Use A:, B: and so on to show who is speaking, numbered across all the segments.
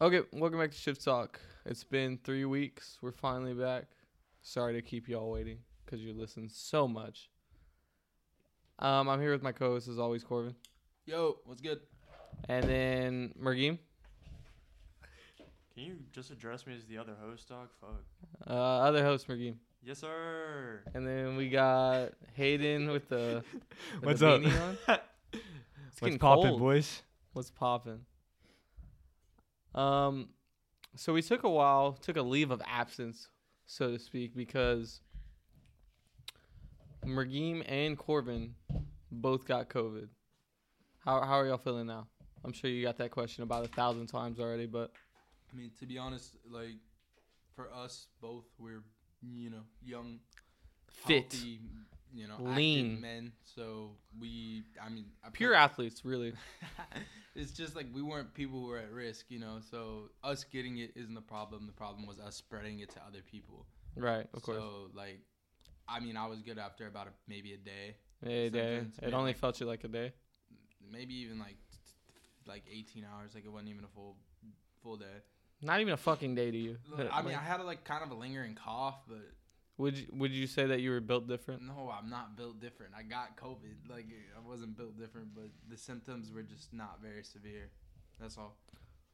A: Okay, welcome back to Shift Talk. It's been three weeks. We're finally back. Sorry to keep y'all waiting because you listen so much. Um, I'm here with my co-host as always, Corbin,
B: Yo, what's good?
A: and then Mergim.
C: Can you just address me as the other host, dog? Fuck.
A: Uh, other host Mergim,
C: Yes, sir.
A: and then we got Hayden with the with
D: What's
A: the
D: up?
A: beanie on. It's
D: What's
A: getting
D: poppin',
A: cold.
D: boys?
A: What's poppin'? Um, so we took a while, took a leave of absence, so to speak, because Mergim and Corbin both got COVID. How how are y'all feeling now? I'm sure you got that question about a thousand times already, but
B: I mean, to be honest, like for us both, we're you know young,
A: fit,
B: healthy, you know,
A: Lean.
B: active men. So we, I mean, I
A: pure athletes, really.
B: it's just like we weren't people who were at risk, you know. So us getting it isn't the problem. The problem was us spreading it to other people.
A: Right, of course.
B: So like, I mean, I was good after about a, maybe a day,
A: Hey, day.
B: sometimes,
A: It
B: yeah.
A: only felt you like a day.
B: maybe even like t- t- like 18 hours. Like it wasn't even a full full day.
A: Not even a fucking day to you.
B: I mean,
A: Like,
B: I had like kind of a lingering cough, but
A: would you, would you say that you were built different?
B: No, I'm not built different. I got COVID. Like I wasn't built different, but the symptoms were just not very severe. That's all.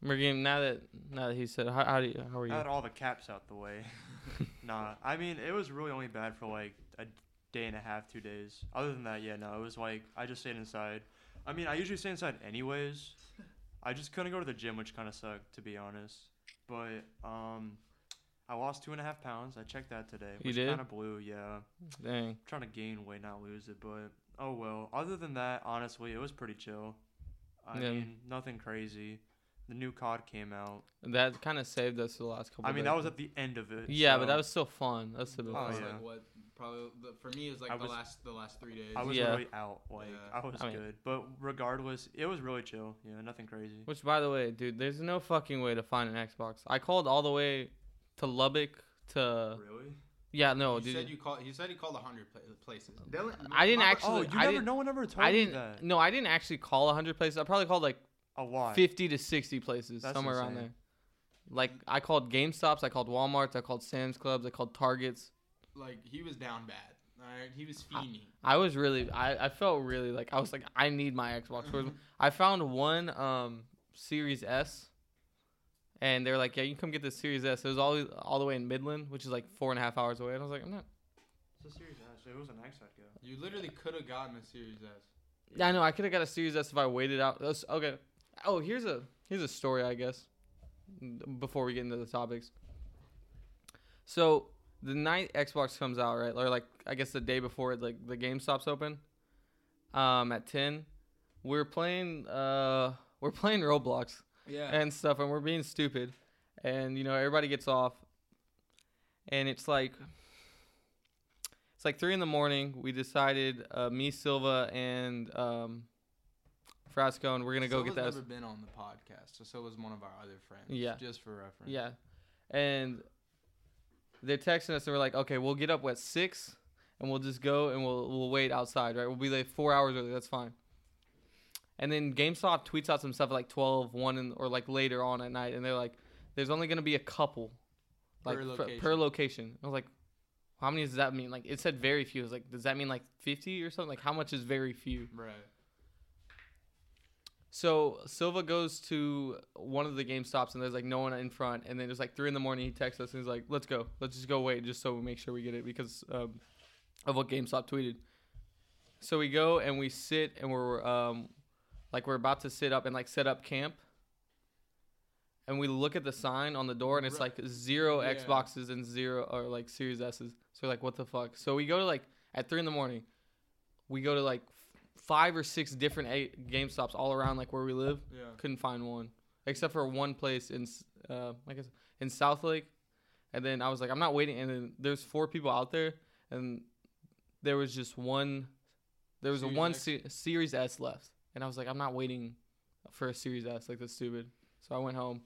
A: Mergim, now that now that he said, how, how do you, how are you?
C: I had all the caps out the way. nah, I mean, it was really only bad for like a day and a half, two days. Other than that, yeah, no, it was like I just stayed inside. I mean, I usually stay inside anyways. I just couldn't go to the gym, which kind of sucked, to be honest. But um, I lost two and a half pounds. I checked that today.
A: You
C: Which
A: did?
C: Kind of blew, yeah.
A: Dang.
C: trying to gain weight, not lose it. But oh well. Other than that, honestly, it was pretty chill. I
A: Yeah.
C: mean, nothing crazy. The new COD came out.
A: That kind of saved us the last couple.
C: I
A: days.
C: mean, that was at the end of it.
A: yeah,
C: so
A: but that was still fun. That's still been
C: Oh,
A: fun.
B: It's
C: yeah.
B: like what probably the, for me it was like
C: I
B: the
C: was-
B: last the last three days.
C: I was
A: Yeah.
C: really out. Like
B: Yeah.
C: I was
A: I mean-
C: good. But regardless, it was really chill. Yeah, nothing crazy.
A: Which, by the way, dude, there's no fucking way to find an Xbox. I called all the way to Lubbock to
C: Really?
A: yeah, no,
B: you
A: dude.
B: said you called. You said you called hundred pla- places. Dylan,
A: I didn't
B: my-
C: Oh,
A: actually-
C: you
A: I
C: never.
A: didn't-
C: No one ever told
A: I
C: me that.
A: didn't. No, I didn't actually call 100 places. I probably called like
C: A lot.
A: 50 to 60 places
C: That's
A: somewhere around
C: insane.
A: there. Like I called GameStops, I called WalMarts, I called Sam's Clubs, I called Targets.
B: like he was down bad. All right, he was fiending.
A: I was really I, I felt really like I was like I need my Xbox. Where's- I found one um Series S, and they were like, yeah, you can come get this Series S. It was all all the way in Midland, which is like four and a half hours away. And I was like, I'm not.
C: It's a serious ass. It was an X go.
B: You literally could have gotten a Series S.
A: Yeah, I know I could have got a Series S if I waited out. That's- okay. Oh, here's a here's a story I guess. Before we get into the topics. So the night Xbox comes out, right, or like I guess the day before it, like the GameStop's open, um, at ten, we're playing uh we're playing Roblox
B: Yeah.
A: and stuff, and we're being stupid, and you know everybody gets off, and it's like it's like three in the morning. We decided uh, me Silva and um, Frasco, and we're gonna go get that.
B: Never been on the podcast, so so was one of our other friends.
A: Yeah.
B: Just for reference.
A: Yeah. And they're texting us and we're like, okay, we'll get up at six and we'll just go and we'll we'll wait outside, right? We'll be like four hours early, that's fine. And then GameStop tweets out some stuff at like 12, 1 in, or like later on at night, and they're like, there's only gonna be a couple. Like
B: Per
A: fr-
B: location.
A: per location. I was like, how many does that mean? Like it said very few. I was like, does that mean like fifty or something? Like how much is very few?
B: Right.
A: So Silva goes to one of the game stops and there's like no one in front, and then it's like three in the morning. He texts us and he's like, "Let's go. Let's just go wait, just so we make sure we get it because um, of what GameStop tweeted." So we go and we sit and we're um, like we're about to sit up and like set up camp, and we look at the sign on the door and it's
B: Right.
A: like zero
B: Yeah.
A: Xboxes and zero or like Series S's. So we're like, "What the fuck?" So we go to like at three in the morning, we go to like f- five or six different a- Game Stops all around like where we live.
B: Yeah.
A: Couldn't find one except for one place in S- uh, like I guess in Southlake, and then I was like, I'm not waiting. And then there's four people out there, and there was just one. There was
B: Series
A: a one
B: X?
A: se- Series S left, and I was like, I'm not waiting for a Series S. Like that's stupid. So I went home.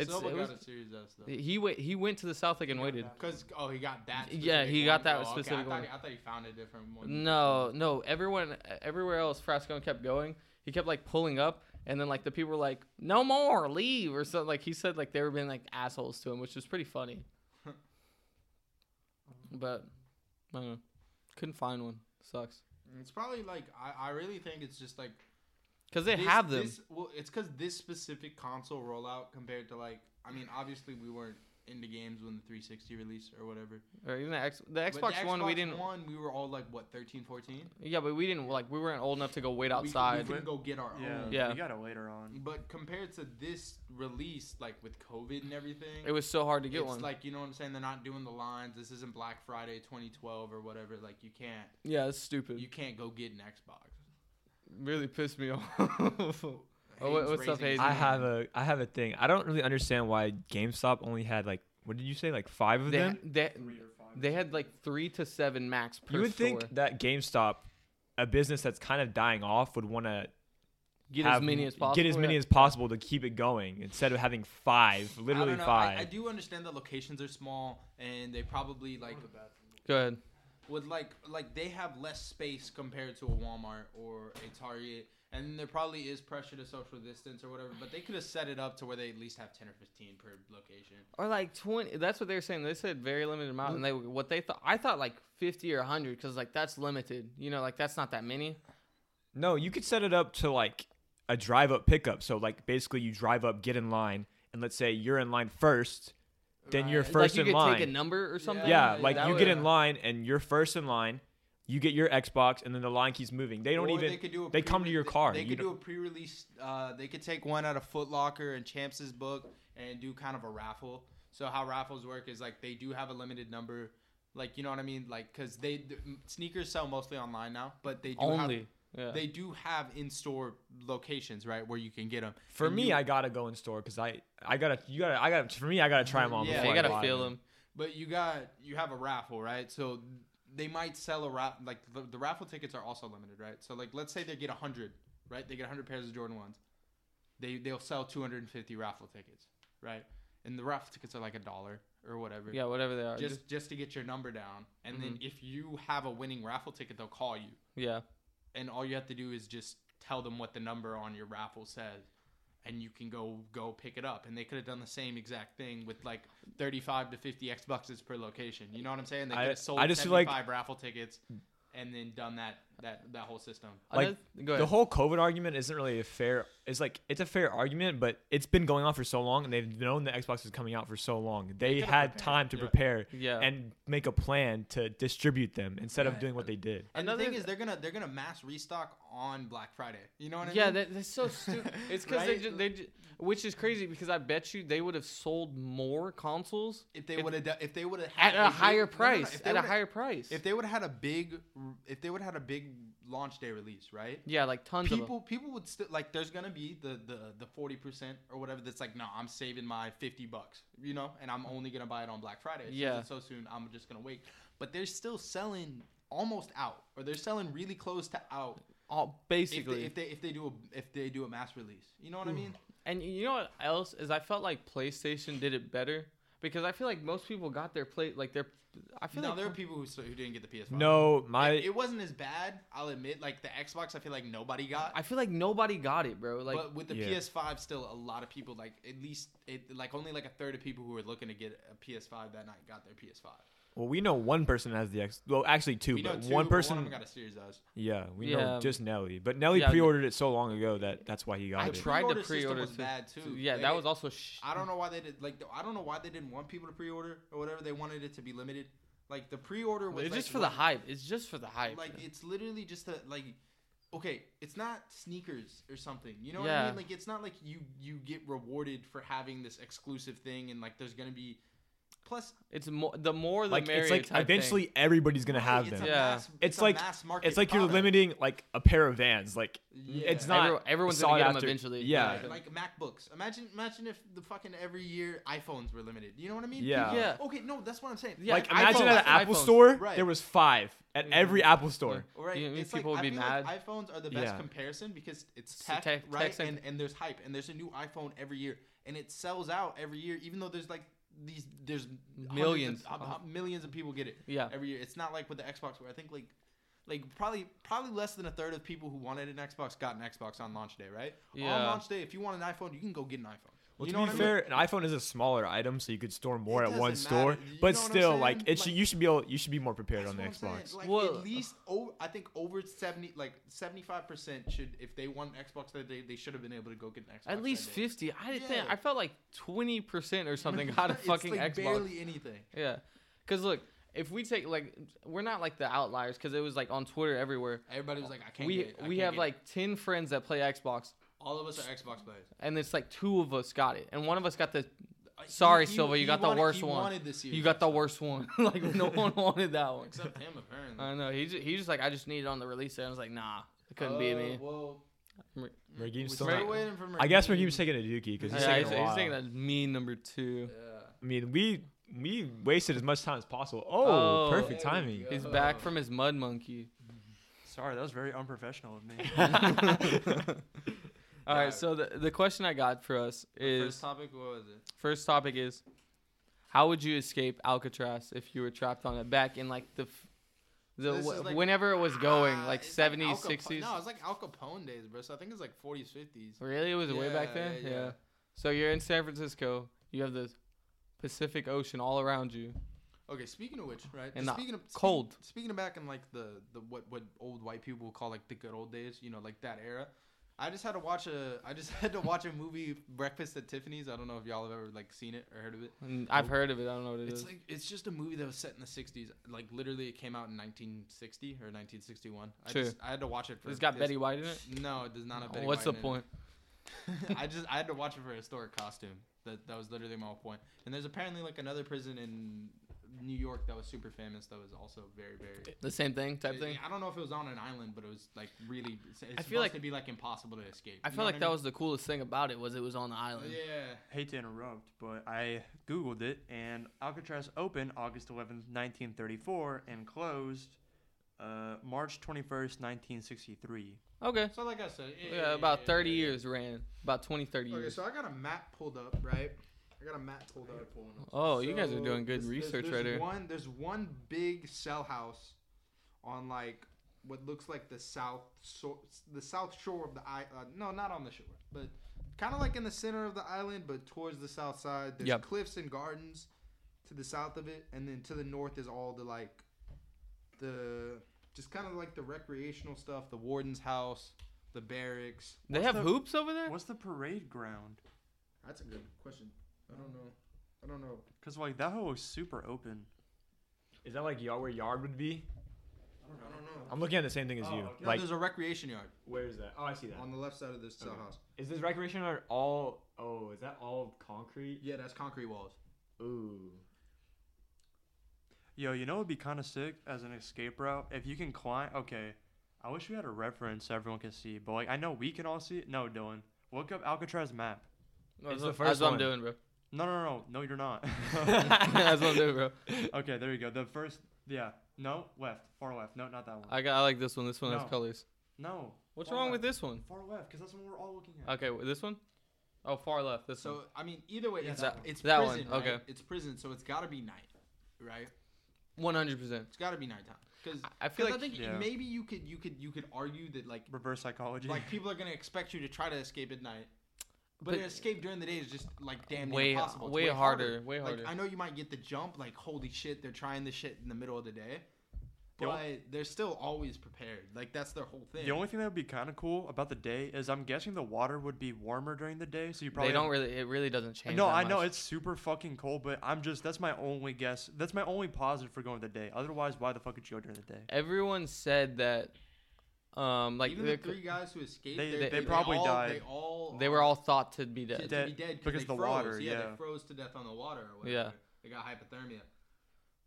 A: It's,
B: Silva
A: it
B: got
A: was,
B: a Series S though.
A: he went. He went to the Southlake and waited.
B: Cause oh, he got that.
A: Yeah, he
B: specific
A: got
B: one?
A: that
B: Oh, okay.
A: specific
B: I
A: one.
B: thought, he- I thought he found a different one.
A: No, no. Everyone, everywhere else, Frascone kept going. He kept like pulling up, And then like the people were like, "No more, leave," or something. Like he said, like they were being like assholes to him, which was pretty funny. but I don't know. Couldn't find one. Sucks.
B: It's probably like I, I really think it's just like
A: Cause they
B: this-
A: have them.
B: This, well, it's because this specific console rollout compared to like I mean, obviously we weren't into games when the 360 release or whatever.
A: or even the, X, the
B: But
A: Xbox,
B: the
A: One, we
B: Xbox
A: didn't.
B: One, we were all like what 13, 14.
A: Yeah, but we didn't like we weren't old enough to go wait outside.
B: We, we can go get our
C: Yeah,
B: own.
A: Yeah.
C: You gotta later on.
B: But compared to this release, like with COVID and everything,
A: it was so hard to get
B: it's
A: one.
B: like you know what I'm saying. They're not doing the lines. This isn't Black Friday 2012 or whatever. Like you can't
A: yeah, it's stupid.
B: you can't go get an Xbox.
A: really pissed me off. oh, what-
B: Hayden's
A: what's up,
B: raising his
A: Hayden?
D: I
B: hand.
D: have a I have a thing. I don't really understand why GameStop only had like what did you say like five of
A: They,
D: them?
A: they,
C: Three or five.
A: they had like three to seven max per
D: You would
A: store.
D: think that GameStop, a business that's kind of dying off, would want to
A: get
D: have
A: as many as possible.
D: Get as many
A: yeah.
D: as possible to keep it going instead of having five,
B: I
D: literally
B: don't know, I-
D: five.
B: I, do understand that locations are small and they probably like
A: Go ahead.
B: would like like they have less space compared to a Walmart or a Target, and there probably is pressure to social distance or whatever. But they could have set it up to where they at least have ten or fifteen per location.
A: Or like twenty. That's what they were saying. They said very limited amount, and they what they thought. I thought like fifty or hundred, because like that's limited. You know, like that's not that many.
D: no, you could set it up to like a drive up pickup. So like basically you drive up, get in line, and let's say you're in line first, then you're
B: Right.
A: like
D: first
A: you
D: in
A: could
D: line.
A: take a number or something.
D: yeah,
B: Yeah,
D: like
B: that
D: you
B: would-
D: get in line and you're first in line, you get your Xbox, and then the line keeps moving. They don't
B: Or
D: even.
B: could do a
D: they come to
B: pre-re-
D: your
B: they-
D: car.
B: They
D: You
B: could do
D: don't-
B: a pre-release. Uh, they could take one out of Foot Locker and Champs' book and do kind of a raffle. So how raffles work is like they do have a limited number. Like you know what I mean? Like because they th- sneakers sell mostly online now, but they do Have,
A: Only. yeah.
B: they do have in-store locations, right, where you can get them.
D: for me, I gotta go in store because I I gotta you gotta I gotta for me I gotta try them on.
B: Yeah,
A: yeah,
D: before
A: you
D: I
A: gotta
D: buy
A: feel
D: 'em.
A: them.
B: But you got you have a raffle, right? So they might sell a raffle. Like the, the raffle tickets are also limited, right? So like let's say they get hundred, right? They get hundred pairs of Jordan ones. They they'll sell two hundred and fifty raffle tickets, right? And the raffle tickets are like a dollar or whatever.
A: Yeah, whatever they are. Just,
B: Just just to get your number down, and then if you have a winning raffle ticket, they'll call you,
A: yeah.
B: and all you have to do is just tell them what the number on your raffle says. And you can go go pick it up, and they could have done the same exact thing with like thirty five to fifty Xboxes per location. You know what I'm saying? They
D: I-
B: could have sold
D: I just feel
B: seventy
D: like-
B: five raffle tickets, and then done that that that whole system.
D: Like,
A: Another- go
D: The
A: ahead.
D: whole COVID argument isn't really a fair. It's like it's a fair argument, but it's been going on for so long, and they've known the Xbox is coming out for so long. They
B: could've
D: had
B: prepared,
D: time to
B: yeah.
D: prepare
A: Yeah.
D: and make a plan to distribute them instead
B: Yeah.
D: of doing what they did.
B: And
A: Another-
B: the thing is, they're gonna they're gonna mass restock on Black Friday. You know what I
A: yeah,
B: mean?
A: that, that's so stupid. It's because they
B: Right?
A: just, they ju- which is crazy because I bet you they would have sold more consoles
B: if they
A: if-
B: would have if they would have
A: at a higher price.
B: if they
A: at a
B: would've-
A: higher price.
B: if they would have had a big r- if they would have had a big launch day release, right?
A: yeah, like tons of them.
B: people people would still like there's gonna be the the the 40% or whatever that's like no i'm saving my 50 bucks you know and i'm only gonna buy it on black friday Since
A: Yeah.
B: it's so soon i'm just gonna wait but they're still selling almost out or they're selling really close to out
A: All,
B: if
A: basically. Hmm.
B: they, if they if they do a if they do a mass release you know what i mean
A: And you know what else is? I felt like PlayStation did it better because I feel like most people got their play like their. I feel
B: no
A: like
B: there are people who, still- who didn't get the ps5
D: No, my
B: it, it wasn't as bad i'll admit like the xbox i feel like nobody got
A: I feel like nobody got it, bro. Like
B: but with the
D: Yeah.
B: PS5, still a lot of people like at least it, like only like a third of people who were looking to get a PS5 that night got their PS5.
D: well, we know one person has the X. Well, actually two,
B: We know
D: but
B: two,
D: one
B: but
D: person.
B: One of them got a Series S.
D: yeah, we
A: Yeah.
D: know just Nelly, but Nelly
A: Yeah,
D: pre-ordered it so long ago that that's why he got
A: I
D: it.
A: tried to
B: Pre-order system
A: pre-order
B: was
A: to-
B: bad, too.
A: Yeah,
B: They
A: that
B: did-
A: was also. Sh-
B: I don't know why they did like I don't know why they didn't want people to pre-order or whatever. They wanted it to be limited. Like the pre-order was
A: It's
B: like,
A: just for the
B: what-
A: hype. It's just for the hype.
B: Like it's literally just a like. Okay, it's not sneakers or something. You know what I
A: Yeah.
B: mean? Like it's not like you you get rewarded for having this exclusive thing and like there's gonna be. Plus,
A: it's more the more the
D: Like
A: merrier.
D: it's like
A: type thing.
D: eventually everybody's gonna have
B: it's
D: them.
B: a
A: Yeah.
B: mass-
D: It's
B: a
D: like-
B: mass market
D: It's like you're
B: product.
D: limiting like a pair of vans. Like it's
B: Yeah.
D: not
A: Everyone- everyone's
D: sought
A: gonna get 'em
D: after.
A: eventually.
D: Yeah,
A: Yeah.
B: Like MacBooks. Imagine, imagine if the fucking every year iPhones were limited. You know what I mean?
D: Yeah.
A: Yeah.
B: Okay, no, that's what I'm saying.
A: Yeah,
D: like
A: iPhones,
D: imagine at an
A: iPhones,
D: Apple store
B: right. Mm-hmm.
D: there was five at every Apple store.
B: All right.
A: You know,
B: it's
A: people
B: like,
A: would
B: I
A: be
B: feel
A: mad.
B: Like iPhones are the best
D: Yeah.
B: comparison because it's
A: It's the
B: tech,
A: tech-
B: right?
A: tech
B: and and there's hype and there's a new iPhone every year and it sells out every year even though there's like these there's hundreds
A: Millions.
B: of, uh, millions of people get it
A: Yeah.
B: every year. It's not like with the Xbox where I think like like probably probably less than a third of people who wanted an Xbox got an Xbox on launch day, right? On
A: Yeah.
B: launch day, if you want an iPhone, you can go get an iPhone.
D: Well,
B: you
D: to
B: know
D: be
B: what I mean?
D: fair, an iPhone is a smaller item, so you could store more at
B: doesn't
D: one
B: matter.
D: store.
B: You
D: But
B: know what I'm
D: still,
B: saying?
D: like it should,
B: Like-
D: you should be able, you should be more prepared
B: That's
D: on the
B: what I'm saying.
D: Xbox.
B: Like
A: Well-
B: at least over, I think over seventy, like seventy five percent should, if they want an Xbox that day, they should have been able to go get an Xbox.
A: At least
B: that day.
A: fifty. I didn't think
B: Yeah.
A: I felt like twenty percent or something got a
B: It's,
A: fucking
B: like,
A: Xbox.
B: Barely anything.
A: Yeah, because look, if we take like we're not like the outliers because it was like on Twitter everywhere.
B: Everybody was like, I can't.
A: We
B: get it. I
A: we
B: can't
A: have
B: get it.
A: like ten friends that play Xbox,
B: all of us are Xbox players.
A: and it's like two of us got it, and one of us got the
B: Uh, he-
A: Sorry,
B: he-
A: Silva, you
B: he
A: got the
B: wanted-
A: worst
B: he
A: one.
B: wanted this year.
A: you got the worst one. like no one wanted that one.
B: except him apparently.
A: I know he just, he just like I just need it on the release day. I was like nah, it couldn't be me.
B: Oh, Well,
A: Mer-
D: Merguim's
B: we're
D: still
A: not-
B: still waiting for
D: I guess
B: Merguim.
D: Raheem's taking a dookie because he's
A: Yeah,
D: taking
A: he's,
D: a
A: he's
D: while.
A: taking that mean number two.
B: Yeah.
D: I mean, we we wasted as much time as possible. Oh,
A: Oh.
D: perfect
B: There we
D: timing.
B: go.
A: He's
B: Oh.
A: back from his mud monkey.
C: Sorry, that was very unprofessional of me.
A: All right,
B: Yeah.
A: so the the question I got for us
B: The
A: is
B: First topic, what was it?
A: First topic is how would you escape Alcatraz if you were trapped on it back in like the f- the
B: This is
A: w-
B: like-
A: whenever it was going
B: Ah,
A: like
B: it's
A: 70s
B: Al Capone-
A: 60s
B: No, it's like Al Capone days, bro. So I think it's like 40s, 50s.
A: really it was way back then yeah, so you're in San Francisco you have the Pacific Ocean all around you
B: Okay, speaking of which, right?
A: And the
B: speaking of speak-
A: cold.
B: Speaking of back in like the the what what old white people would call like the good old days, you know, like that era. I just had to watch a I just had to watch a movie Breakfast at Tiffany's. I don't know if y'all have ever like seen it or heard of it.
A: and I've heard of it I don't know what it
B: It's
A: is.
B: like it's just a movie that was set in the 60s. Like literally it came out in 1960 or 1961. I
A: Sure.
B: just I had to watch it for
A: it's got
B: his-
A: Betty White in it Oh,
B: No, it does not have Betty
A: what's
B: White
A: the
B: in it.
A: point
B: I just I had to watch it for a historic costume. That that was literally my whole point. And there's apparently like another prison in New York that was super famous. That was also very very.
A: the same thing Eh, type thing
B: I don't know if it was on an island, but it was like really. It's it's
A: feel
B: supposed
A: like-
B: to be like impossible to escape.
A: I
B: You
A: feel
B: know
A: like
B: what
A: that was the coolest thing about it was it was on the island
B: Yeah.
C: Hate to interrupt, but I googled it, and Alcatraz opened August 11th, 1934, and closed uh, March 21st, 1963.
A: okay
B: So like I said, yeah,
A: yeah about 30 years ran about 20 30
B: Okay,
A: years
B: so I got a map pulled up, right? I got a map pulled up.
A: oh you guys are
B: So,
A: doing good
B: there's- there's-
A: research
B: there's
A: right here
B: One, there's one big cell house on like what looks like the south so, the south shore of the island. Uh, no, not on the shore, but kind of like in the center of the island, but towards the south side. There's
A: Yep.
B: cliffs and gardens to the south of it, and then to the north is all the like the just kind of like the recreational stuff, the warden's house, the barracks.
A: they
C: What's
A: have
C: the-
A: hoops over there
C: What's the parade ground?
B: That's a good question. I don't know. I don't know.
C: Because, like, that hole was super open.
D: Is that like y'all where yard would be?
B: I don't know. I don't know.
D: I'm looking at the same thing as
C: Oh,
D: you.
C: okay.
B: No,
D: Like,
B: there's a recreation yard
D: where is that? Oh, I see that.
B: on the left side of this cell
D: Okay.
B: house.
D: Is this recreation art all? Oh, is that all concrete?
B: Yeah, that's concrete walls.
D: Ooh.
C: Yo, you know what would be kind of sick as an escape route? If you can climb. Okay. I wish we had a reference so everyone can see, but, like, I know we can all see it. No, Dylan. Look up Alcatraz map.
A: No, that's
D: It's the
A: what- that's
D: first
A: what
D: one.
A: I'm doing, bro.
C: No, no, no, no, no you're not.
A: that's what I'm doing, bro.
C: okay, there you go. The first, yeah. No, left, far left. No, not that one.
A: I got. I like this one. This one has
C: No.
A: colors.
C: no.
A: What's
C: far
A: wrong with
C: left.
A: this one?
C: Far left, because that's what we're all looking at.
A: Okay, wait, this one. Oh, far left. This
B: So
A: one.
B: I mean, either way,
C: Yeah,
B: it's,
C: that
A: one.
B: it's
A: That
B: prison.
A: one,
B: right?
A: okay.
B: It's prison, so it's got to be night, right?
A: One hundred percent.
B: It's got to be nighttime. Because
A: I- I feel
B: I
A: like-
B: think
C: Yeah.
B: maybe you could you could you could argue that like
C: Reverse psychology.
B: like people are gonna expect you to try to escape at night, but,
A: But-
B: to escape during the day is just like damn near
A: Way-
B: impossible. It's
A: way harder, way harder.
B: Like I know you might get the jump, like holy shit, they're trying this shit in the middle of the day, but
C: The ol-
B: they're still always prepared. Like that's their whole thing.
C: the only thing that would be kind of cool about the day is I'm guessing the water would be warmer during the day, so you probably
A: They don't really. It really doesn't change.
C: No,
A: that
C: I know
A: much.
C: it's super fucking cold, but I'm just that's my only guess. That's my only positive for going the day. Otherwise, why the fuck would you go during the day?
A: Everyone said that. Um, like
B: Even the
A: they,
B: three guys who escaped,
C: They-
B: they're-
A: they- they
C: probably
B: all, They
C: died.
B: all
A: they were all thought to be
B: to,
A: dead.
B: to be
C: Dead,
B: dead
C: because
B: they
C: the
B: froze.
C: water,
B: Yeah,
C: yeah.
B: they froze to death on the water or whatever.
A: Yeah.
B: They got hypothermia.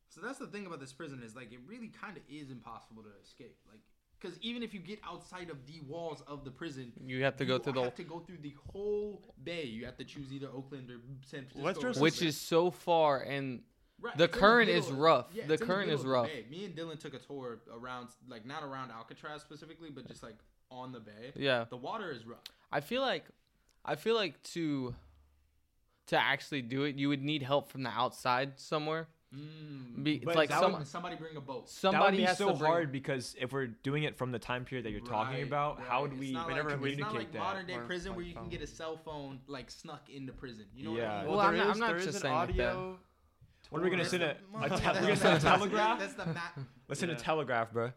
B: So that's the thing about this prison is like it really kind of is impossible to escape. Like because even if you get outside of the walls of the prison,
A: You have to go through
B: you
A: the,
B: have to go through the whole bay. You have to choose either Oakland or San Francisco.
C: Let's
B: or
C: just-
B: San
A: which
B: Fran-
A: is so far, and
B: Right,
A: the
B: it's in
A: current is
B: middle of-
A: rough.
B: yeah,
A: The
B: it's in
A: current
B: middle
A: is
B: of the
A: rough.
B: bay. Me and Dylan took a tour around like not around Alcatraz specifically, but just like on the bay.
A: yeah.
B: The water is rough.
A: I feel like, I feel like to, to actually do it, you would need help from the outside somewhere.
B: Mm.
A: Be, it's
D: But
A: like
D: that
A: some,
D: would-
B: somebody bring a boat.
A: somebody
D: that would be
A: has
D: so
A: to bring,
D: hard because if we're doing it from the time period that you're talking
B: Right,
D: about,
B: right.
D: how would
B: It's
D: we
B: not
D: whenever
B: like,
D: communicate
B: it's not like
D: that? um,
B: modern day
C: or
B: prison where
C: by
B: you can get a
C: phone.
B: cell phone like snuck into prison. You know
D: Yeah.
B: what I mean?
A: Well, I'm
C: there
A: not-
C: is-
A: I'm not
C: there is
A: just
C: an
A: saying like that.
C: audio
D: What are we gonna
C: tour.
D: send a, a
B: That's
D: te-
B: the-
D: we're gonna send a
B: that's the-
D: telegraph?
B: That's the map.
D: Let's send a
C: Yeah.
D: telegraph, bro.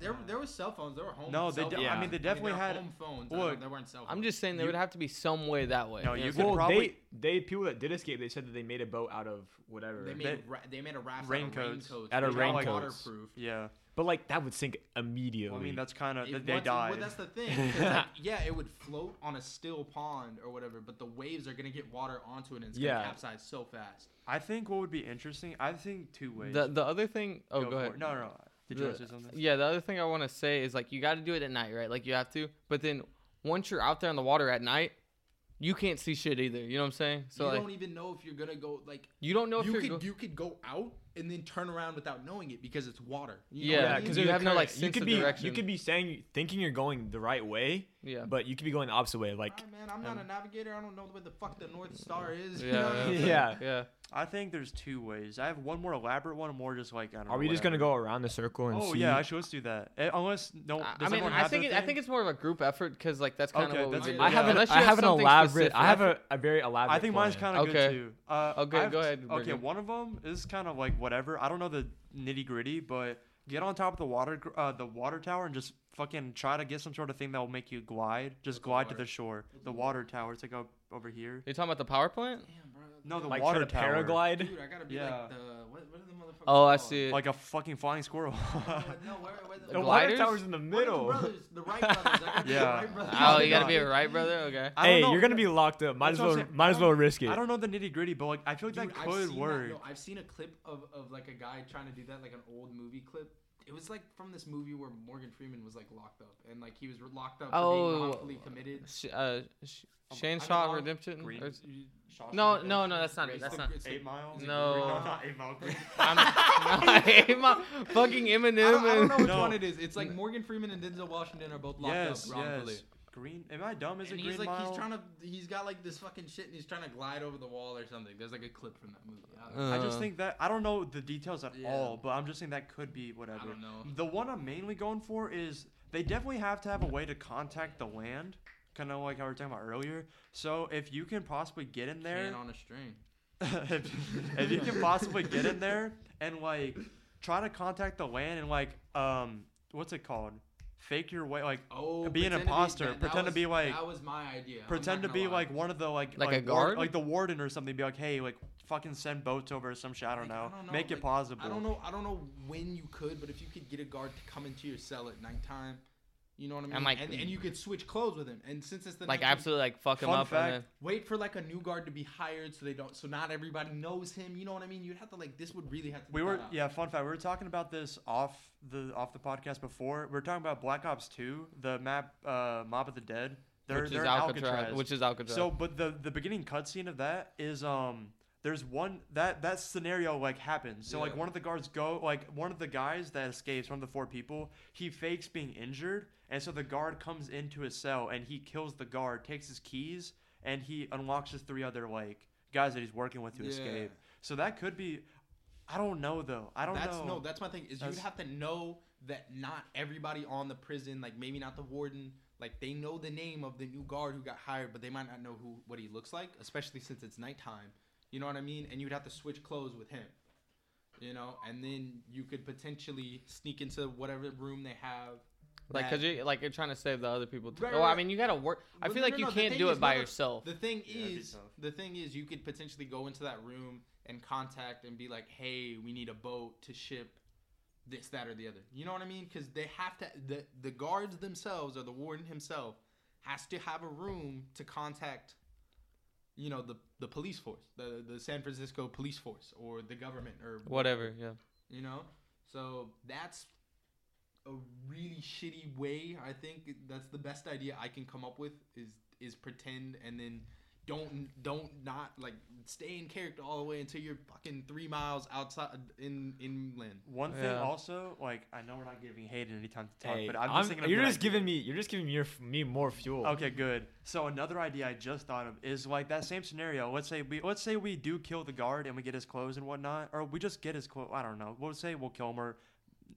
B: There, there were cell phones. There were home.
C: No, they
B: cell
C: de-
B: phones.
D: I mean,
B: there
C: they definitely
B: were
C: had-
B: home phones.
C: Look,
B: Look, there weren't cell phones.
A: I'm just saying there
C: You-
A: would have to be some way that way.
C: No,
A: you know what I'm
C: you could
A: saying?
D: Well,
C: probably-
D: they they people that did escape, they said that they made a boat out of whatever.
B: They made
C: They-
B: ra- they made a raft
C: raincoats.
B: out of raincoats.
D: Out of
B: which are all
D: raincoats.
B: Waterproof.
C: Yeah.
D: but like that would sink immediately.
C: Well, I mean, that's kind of
B: It-
C: they
B: once-
C: died.
B: Well, that's the thing. 'cause, like, yeah, it would float on a still pond or whatever, but the waves are gonna get water onto it and it's
D: Yeah.
B: gonna capsize so fast.
C: I think what would be interesting. I think two ways.
A: The the other thing. Oh, go,
C: for
A: ahead.
C: it. No, no, no. Did you want
A: The-
C: to say something?
A: Yeah, the other thing I want to say is like you got to do it at night, right? Like you have to. But then once you're out there on the water at night, you can't see shit either. You know what I'm saying? So
B: you
A: like
B: don't even know if you're gonna go like
A: you don't know if
B: you
A: you're
B: could
A: go-
B: you could go out and then turn around without knowing it because it's water. You know what I
A: yeah,
D: yeah,
B: mean?
D: because
A: you
D: there's a
A: have no, like,
D: current.
A: sense
D: you
A: of
D: could be you
A: direction.
D: could be saying thinking you're going the right way,
A: yeah.
D: but you could be going the opposite way. Like
B: Alright, man, I'm not a navigator. I don't know where the fuck the North Star is. you know what I
A: um, Yeah,
B: mean?
D: Yeah.
A: yeah.
C: I think there's two ways. I have one more elaborate one, more just like I don't know.
D: Are we just gonna
C: whatever.
D: go around the circle and
C: Oh
D: see?
C: yeah, actually, let's do that. Eh, unless no,
A: I-
C: does
A: I mean,
C: everyone
A: I
C: have
A: think
C: their
A: it, I
C: thing?
A: think it's more of a group effort because like that's kind
C: Okay,
A: of what
C: that's
A: we
B: a
A: do.
B: good
D: I have an
A: Unless you
D: I have an
A: something
D: elaborate.
A: specific.
D: I have a, a very elaborate.
C: I think mine's
D: plan.
C: kind of
A: Okay.
C: good too. Uh,
A: Okay,
C: I've-
A: go ahead,
C: Okay,
A: Brigham.
C: one of them is kind of like whatever. I don't know the nitty gritty, but get on top of the water, gr- uh, the water tower, and just fucking try to get some sort of thing that will make you glide. Just
B: With the
C: glide to
B: water.
C: the shore. The water tower. It's like up over here.
A: You're talking about the power plant?
B: Damn, bro.
C: No, the
D: like
C: water
D: trying to
C: tower.
D: paraglide.
B: Dude, I gotta be
C: Yeah.
B: like the what, what are the motherfuckers?
A: Oh, I
B: called?
A: see. it.
C: Like a fucking flying squirrel.
B: No, no, where, where
A: The
B: what
D: The
B: are
D: water
A: gliders?
D: tower's in the
B: the
D: middle.
B: brothers? The Wright brothers. I gotta be the
C: Yeah.
B: Wright brothers.
A: Oh, you gotta
C: God.
A: be a right brother. Okay.
C: I don't
D: Hey,
C: know-
D: you're gonna be locked up. Might
C: That's
D: as
C: what I'm
D: well
C: saying.
D: might as
C: I
D: well
C: don't-
D: risk it.
C: I don't know the nitty gritty, but like I feel like
B: Dude,
C: that
B: I've
C: could
B: seen that-
C: work.
B: no, I've seen a clip of, of like a guy trying to do that, like an old movie clip. It was like from this movie where Morgan Freeman was like locked up, and like he was re- locked up for being
A: Oh.
B: wrongfully committed.
A: Sh- uh, sh- Shane
B: I
A: Shaw
B: belong-
A: Redemption.
C: Green.
A: or-
C: Shawshank
A: No,
C: Redemption.
A: no, no. That's not
B: It's
A: it. That's
B: the-
A: not.
B: it's the-
C: Eight miles.
A: No.
C: not eight mile. Green.
A: I'm, I'm a fucking
B: I
A: Eminem.
B: don't, I don't
A: and-
B: know which
C: No.
B: one it is. It's like Morgan Freeman and Denzel Washington are both locked
C: yes,
B: up wrongfully.
C: yes. Green. Am I dumb? Is
B: and
C: it
B: he's
C: green
B: like
C: mile?
B: he's trying to he's got like this fucking shit and he's trying to glide over the wall or something. There's like a clip from that movie. I don't,
C: I just
A: Uh,
C: think that I don't know the details at
B: Yeah.
C: all, but I'm just saying that could be
B: I
C: whatever.
B: don't know.
C: The one I'm mainly going for is they definitely have to have a way to contact the land, kind of like how we were talking about earlier. So if you can possibly get in there,
B: Can on a string.
C: if, if you can possibly get in there and like try to contact the land and like um what's it called, fake your way like.
B: Oh,
C: Be an
B: pretend to
C: imposter.
B: that- that
C: Pretend to
B: was-
C: be, like-
B: that was my idea. I'm
C: Pretend to
B: not
C: be
B: gonna lie.
C: like one of the like
A: Like a
C: ward-
A: guard?
C: like the warden or something. Be like, hey, like fucking send boats over or some shit. I
B: Like,
C: don't, know.
B: I don't know,
C: Make
B: like,
C: it plausible.
B: I don't know. I don't know when you could, but if you could get a guard to come into your cell at nighttime, you know what I mean.
A: like-
B: and, and you could switch clothes with him. And since it's the
A: like
B: 19
A: absolutely like fuck him
C: Fun
A: up
C: fact,
A: and then
B: wait for like a new guard to be hired, so they don't, so not everybody knows him. You know what I mean? You'd have to like this would really have to.
C: We
B: be
C: were
B: thought out.
C: yeah, fun fact. We were talking about this off the off the podcast before. We were talking about Black Ops 2, the map uh Mob of the Dead. They're
A: which
C: they're
A: is
C: in
A: Alcatraz,
C: Alcatraz.
A: which is Alcatraz.
C: so but the the beginning cutscene of that is um there's one that that scenario like happens. So like
B: Yeah.
C: one of the guards go like one of the guys that escapes, one of the four people, he fakes being injured and so the guard comes into his cell and he kills the guard, takes his keys, and he unlocks his three other like guys that he's working with to
B: Yeah.
C: escape. So that could be I don't know though. I don't
B: that's
C: know.
B: no. That's my thing. Is
C: That's-
B: you'd have to know that not everybody on the prison, like maybe not the warden, like they know the name of the new guard who got hired, but they might not know who what he looks like, especially since it's nighttime. You know what I mean? And you'd have to switch clothes with him. You know, and then you could potentially sneak into whatever room they have.
A: like
B: that-
A: cause you like you're trying to save the other people. Too.
B: Right,
A: well, I
B: right.
A: mean you gotta work. I
B: Well,
A: feel
B: no,
A: like
B: no,
A: you
B: no, the
A: can't
B: thing
A: do
B: is,
A: it by
B: no, no,
A: yourself.
B: The thing
C: Yeah, that'd be
B: is,
C: tough.
B: the thing is, you could potentially go into that room and contact and be like, "Hey, we need a boat to ship this, that, or the other." You know what I mean? Because they have to. The the guards themselves or the warden himself has to have a room to contact. You know the the police force, the the San Francisco police force, or the government, or
A: Whatever. Yeah.
B: you know. So that's a really shitty way. I think that's the best idea I can come up with is is pretend and then don't don't not like stay in character all the way until you're fucking three miles outside in inland.
C: One thing
A: Yeah.
C: also, like I know we're not giving Hayden any time to talk,
D: Hey,
C: but I'm just thinking. Of
D: you're
C: good
D: just
C: ideas.
D: giving me you're just giving me, your, me more fuel.
C: Okay, good. So another idea I just thought of is like that same scenario. Let's say we let's say we do kill the guard and we get his clothes and whatnot, or we just get his clothes. I don't know. We'll say we'll kill him or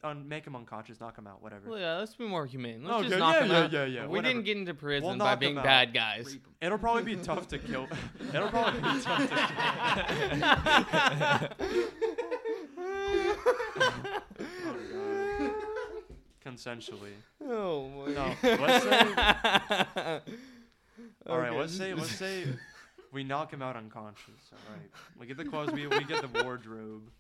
C: un- make him unconscious, knock him out, whatever.
A: Well, yeah, let's be more humane. Let's
C: Okay,
A: just knock
C: yeah,
A: them
C: yeah,
A: out.
C: yeah, yeah,
A: We
C: whatever.
A: didn't get into prison by
C: knock
A: being
C: them out.
A: bad guys.
B: Rape 'em.
C: It'll probably be tough to kill. It'll probably be tough to kill. Consensually.
A: oh my.
C: No. Let's say. All right.
A: Okay.
C: Let's say. Let's say. We knock him out unconscious. All right. We get the clothes. We, we get the wardrobe.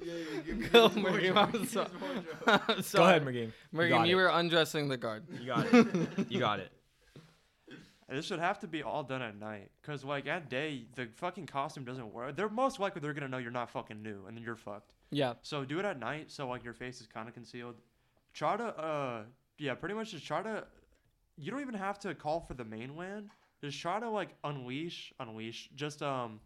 B: Yeah, yeah, give me-
A: Go,
B: give me
A: Mergim,
B: more
A: I'm
B: drink, give me
A: sorry.
B: more drink.
A: I'm
D: Go
A: sorry.
D: ahead, Mergame.
A: Mergim,
D: got
A: you
D: it.
A: were undressing the guard.
D: You got it. You got it.
C: And This should have to be all done at night, cause like at day the fucking costume doesn't work. They're most likely they're gonna know you're not fucking new, and then you're fucked.
A: Yeah.
C: So do it at night, so like your face is kind of concealed. Try to, uh, yeah, pretty much just try to. You don't even have to call for the mainland. Just try to like unleash, unleash, just um,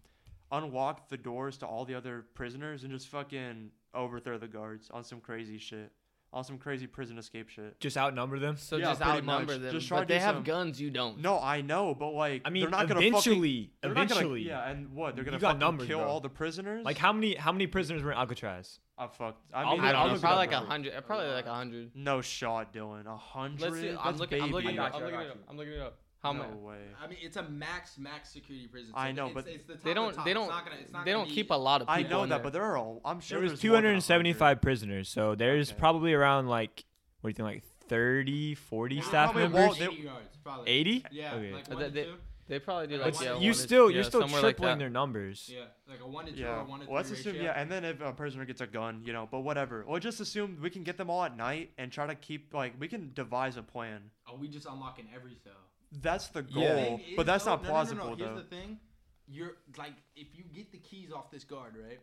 C: unlock the doors to all the other prisoners and just fucking overthrow the guards on some crazy shit, on some crazy prison escape shit.
D: Just outnumber them.
A: So
C: Yeah,
A: just
C: pretty
A: outnumber
C: much.
A: them.
C: Just try
A: but
C: to
A: they
C: do
A: have
C: some-
A: guns. You don't.
C: No, I know, but like
D: I mean,
C: they're not gonna fucking
D: eventually,
C: They're not gonna-
D: eventually,
C: yeah, and what they're
D: You
C: gonna
D: got
C: fucking
D: numbers,
C: kill
D: bro.
C: all the prisoners?
D: Like how many how many prisoners were in Alcatraz?
C: I fucked. I
D: I'll
C: mean,
D: look
A: I
D: it up.
A: don't know.
D: Look it
A: Probably
D: up
A: like a
D: real quick.
A: hundred. Probably like a hundred.
C: No shot, Dylan. A
A: Let's
C: hundred.
A: see. I'm
C: that's
A: looking. I'm
C: baby.
A: looking. it
C: I
A: up,
C: got
A: I'm
C: you, I
A: looking
C: got
A: it up.
C: you.
A: I'm looking it up. How
C: no
A: many?
C: way.
B: I mean, it's a max max security prison.
C: I
B: so
C: know,
B: it's,
C: but-
B: it's the top
A: They
B: of
A: don't.
B: The top.
A: They
B: It's
A: don't.
B: not gonna- it's not
A: They
B: gonna
A: don't
B: be-
A: keep a lot of people.
C: I know
A: in
C: that,
A: there.
C: but there are. all- I'm sure
D: There was
C: there's more than 100.
D: 275 prisoners, so there's
C: Okay.
D: probably around like what do you think, like 30, 40
B: It's
D: staff
C: probably
D: members?
C: won't- they-
B: 80 yards, probably.
D: 80?
B: Yeah,
D: Okay.
B: like
A: But
B: one
A: Uh, they-
B: to
A: they-
B: two.
A: They probably do
B: But
A: like
D: But
B: one
A: yeah,
B: to-
D: you
A: one to-
D: still you're
A: yeah,
D: still
A: somewhere
D: tripling
A: like that.
D: their numbers.
B: Yeah, like a one to two
C: Yeah.
B: or one to
C: Let's
B: three
C: assume.
B: ratio.
C: Yeah, and then if a prisoner gets a gun, you know, but whatever. Or just assume we can get them all at night and try to keep like we can devise a plan.
B: Are we just unlocking every cell?
C: That's the goal,
D: Yeah.
B: Thing is,
C: but that's
B: though-
C: not
B: oh, no, no, no, no,
C: plausible
B: Here's
C: though.
B: the thing: you're like, if you get the keys off this guard, right?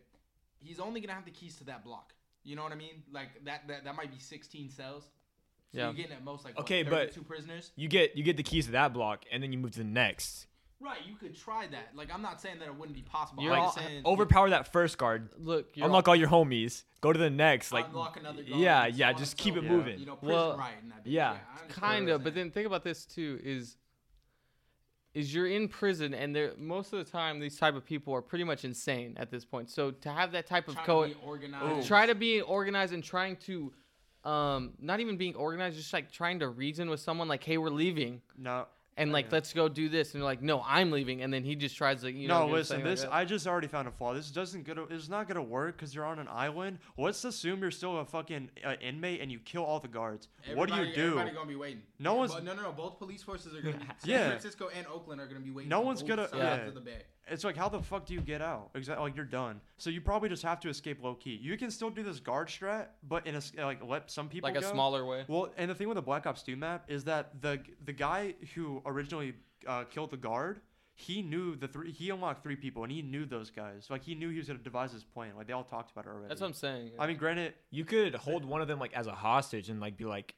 B: He's only gonna have the keys to that block. You know what I mean? Like that. That, that might be 16 cells. So
A: Yeah.
B: You're getting at most like
D: Okay,
B: what,
D: but-
B: 32 prisoners.
D: You get you get the keys to that block, and then you move to the next.
B: Right. You could try that. Like I'm not saying that it wouldn't be possible.
A: You're
B: I'm
A: all-
B: just saying
D: Overpower that first guard.
A: Look, you're
D: unlock all your homies. Go to the next. Like
B: unlock another guard
D: yeah,
B: and so
D: yeah.
B: on
D: Just
B: and
D: keep
B: so
D: it
B: forth,
D: moving.
B: You know, prison
A: Well,
B: riot and that. bitch.
D: yeah,
B: I understand what
A: kind
B: you're
A: of but
B: saying.
A: then think about this too is is you're in prison and they're most of the time these type of people are pretty much insane at this point so to have that type of
B: Trying to
A: co
B: be organized.
A: try to be organized and trying to um not even being organized just like trying to reason with someone like hey we're leaving
C: No.
A: and like
C: Yeah.
A: let's go do this and you're like no i'm leaving and then he just tries to you know
C: no,
A: do his
C: listen.
A: thing like
C: This
A: that.
C: I just already found a flaw. This doesn't gonna. It's not gonna work because you're on an island. Let's assume you're still a fucking uh, inmate and you kill all the guards. what do
B: Everybody-
C: you do?
B: Everybody gonna be waiting.
C: No one's-
B: But no, no, no. Both police forces are gonna. Be,
C: Yeah.
B: San Francisco and Oakland are gonna be waiting.
C: No
B: on
C: one's
B: both
C: gonna-
B: Sides
C: yeah.
B: Of the bay.
C: It's like how the fuck do you get out? Exactly. Like you're done. So you probably just have to escape low key. You can still do this guard strat, but in a s- like let some people
A: like a
C: go.
A: smaller way
C: Well, and the thing with the Black Ops 2 map is that the the guy who originally uh, killed the guard, he knew the three. He unlocked three people, and he knew those guys. Like he knew he was gonna devise his plan. Like they all talked about it already.
A: that's what i'm saying
C: I mean, granted,
D: You could hold one of them like as a hostage and like be like,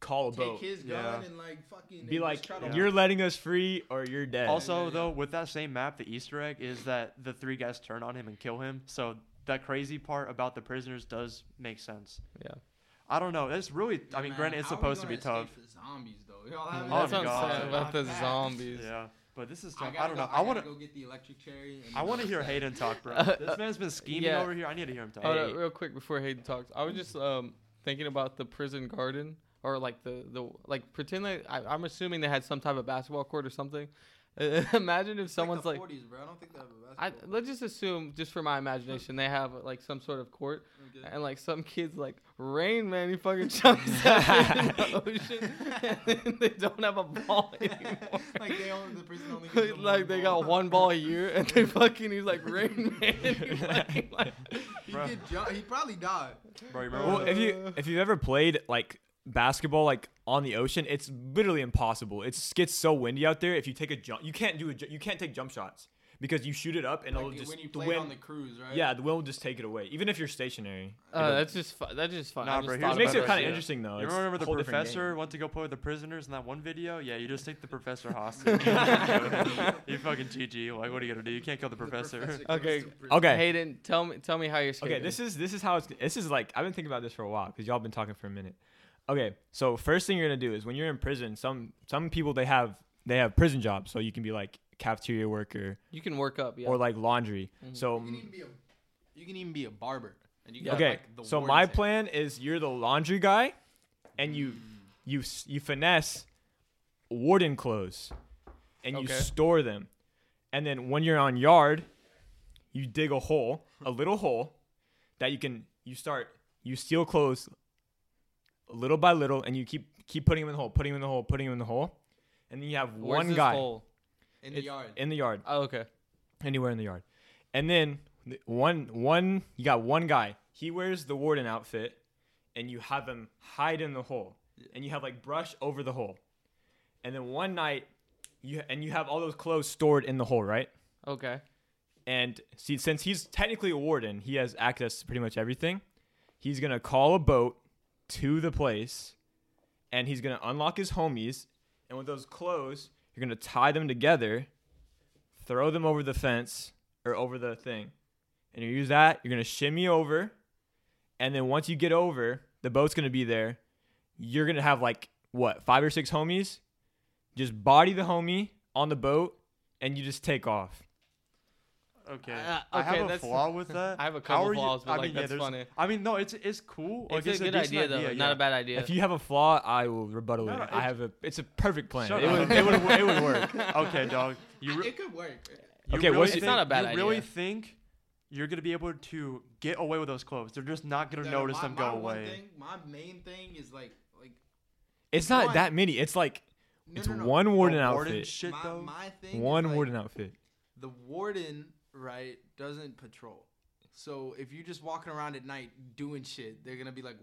D: call a
B: Take
D: boat.
B: his gun
C: Yeah.
B: and like fucking. and
D: Be
B: just
D: like,
B: try to-
C: Yeah.
D: you're letting us free or you're dead.
C: Also,
B: yeah, yeah.
C: though, with that same map, the Easter egg is that the three guys turn on him and kill him. So that crazy part about the prisoners does make sense.
A: Yeah.
C: I don't know. It's really. I mean,
B: Man,
C: granted, it's
B: how are we
C: supposed to
B: gonna
C: be tough.
B: escape the zombies though. Y'all have
C: Oh,
A: that's what i'm
C: God.
A: saying about the
B: Not
A: zombies
C: Yeah, but this is
B: I,
C: tough. I,
B: gotta
C: don't
B: go-
C: know.
B: I,
C: I want
B: to
C: to.
B: go get the electric cherry. And
C: I want to hear Hayden talk, bro.
A: Uh, uh,
C: this man's been scheming
A: yeah.
C: over here. I need to hear him talk.
A: Hold
D: Hey.
A: on, real quick before Hayden talks, I was just um, thinking about the prison garden or like the the like pretend like I, I'm assuming they had some type of basketball court or something. Uh, Imagine if someone's like,
B: 40s, bro. I don't think they have a
A: I,
B: basketball
A: let's just assume just for my imagination they have like some sort of court
B: court. Okay.
A: and like some kids like rain man he fucking jumps out in the ocean and then they don't have a ball anymore.
B: like they only the prison only gives
A: Like,
B: them
A: they
B: ball.
A: got one ball here and they fucking he's like rain man. He fucking, like,
B: He
C: Bro.
B: could jump. He probably died.
C: bro, you remember
D: well,
C: when-
D: if
B: uh,
D: you if you've ever played like basketball like on the ocean, it's literally impossible. It's gets so windy out there. If you take a jump, you can't do a ju- you can't take jump shots because you shoot it up and
B: Like,
D: it'll just
B: when you
D: the
B: play
D: wind.
B: on the cruise, right?
D: yeah, the wind will just take it away, even if you're stationary.
A: Uh, that's just fu- that's just fun.
C: Nah,
A: I just
C: bro,
A: thought
D: It
A: about
D: makes it
C: better
D: kind of
C: idea.
D: interesting though.
C: You
D: It's
C: remember
D: a
C: the
D: whole different
C: professor
D: game.
C: went to go play with the prisoners in that one video? Yeah, you just take the professor hostage. you fucking GG. Like, what are you gonna do? You can't kill the professor.
A: Okay.
D: Okay,
A: Hayden, tell me tell me how you're skating.
D: Okay, this is this is how it's this is like I've been thinking about this for a while because y'all been talking for a minute. Okay, so first thing you're gonna do is when you're in prison, some some people they have they have prison jobs, so you can be like cafeteria worker
A: you can work up. Yeah.
D: or like laundry. So
B: You can even be a, you can even be a barber. And you can have,
D: okay,
B: like, the
D: so
B: warden's
D: my
B: hand.
D: plan is you're the laundry guy, and you
B: Mm.
D: you s- you finesse warden clothes, and you
A: Okay.
D: store them, and then when you're on yard, you dig a hole, a
B: Hmm.
D: little hole, that you can you start you steal clothes, little by little, and you keep keep putting them in the hole, putting them in the hole, putting them in the hole, and then you have
A: Where's
D: one
A: this
D: guy
A: hole?
B: in the
D: It's
B: yard.
D: in the yard
A: Oh, okay.
D: anywhere in the yard. And then th- one one you got one guy. He wears the warden outfit, and you have him hide in the hole, and you have like brush over the hole. And then one night, you and you have all those clothes stored in the hole, right?
A: Okay.
D: And see, since he's technically a warden, he has access to pretty much everything. He's gonna call a boat to the place, and he's gonna unlock his homies. And with those clothes, you're gonna tie them together, throw them over the fence or over the thing, and you use that. You're gonna shimmy over, and then once you get over, the boat's gonna be there. You're gonna have like what five or six homies. Just body the homie on the boat, and you just take off.
C: Okay.
A: Uh,
C: I
A: okay,
C: have a
A: that's-
C: flaw with that.
A: I have a
C: How
A: couple
C: are you-
A: flaws, but,
C: I
A: like,
C: mean, yeah,
A: that's
C: there's-
A: funny.
C: I mean, no, it's it's cool. Like,
A: It's, a good
C: decent
A: idea, though. Not
C: yeah.
A: a bad idea.
D: If you have a flaw, I will rebuttal
C: No,
D: it.
C: no,
D: I
C: it-
D: have a. It's a perfect plan.
C: Shut
D: It would,
C: up.
D: it, would, it would work.
C: Okay, dog. You re-
B: it could work.
C: You
D: Okay,
C: really
D: what's-
A: It's
C: think,
A: not a bad
C: you really
A: idea.
C: think you're gonna be able to get away with those clothes? They're just not gonna
B: No, no,
C: notice
B: my-
C: them
B: my
C: go
B: one
C: away.
B: Thing, my main thing is like like
D: It's not
B: One.
D: that many. It's like
B: no,
D: it's
B: no, no.
D: one warden
C: The
D: outfit.
C: shit
B: my,
C: though.
B: my thing. is,
D: One
B: like,
D: warden outfit.
B: The warden right doesn't patrol. So if you're just walking around at night doing shit, they're gonna be like,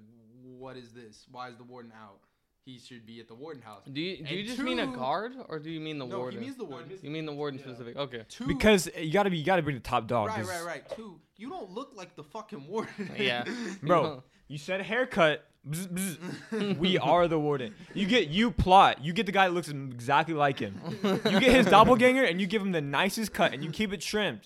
B: "What is this? Why is the warden out? He should be at the warden house."
A: do you do you
B: and
A: just mean a
B: two-
A: guard or do you mean the
B: no,
A: warden?
B: he means the warden.
A: you mean the warden
B: Yeah.
A: specific? Okay.
B: Two,
D: Because you gotta be, you gotta bring the top dog.
B: right,
D: 'cause-
B: right, right. Two, you don't look like the fucking warden.
A: Yeah.
D: Bro, you said haircut. Bzz, bzz. we are the warden. You get you plot. You get the guy that looks exactly like him. You get his doppelganger and you give him the nicest cut and you keep it trimmed,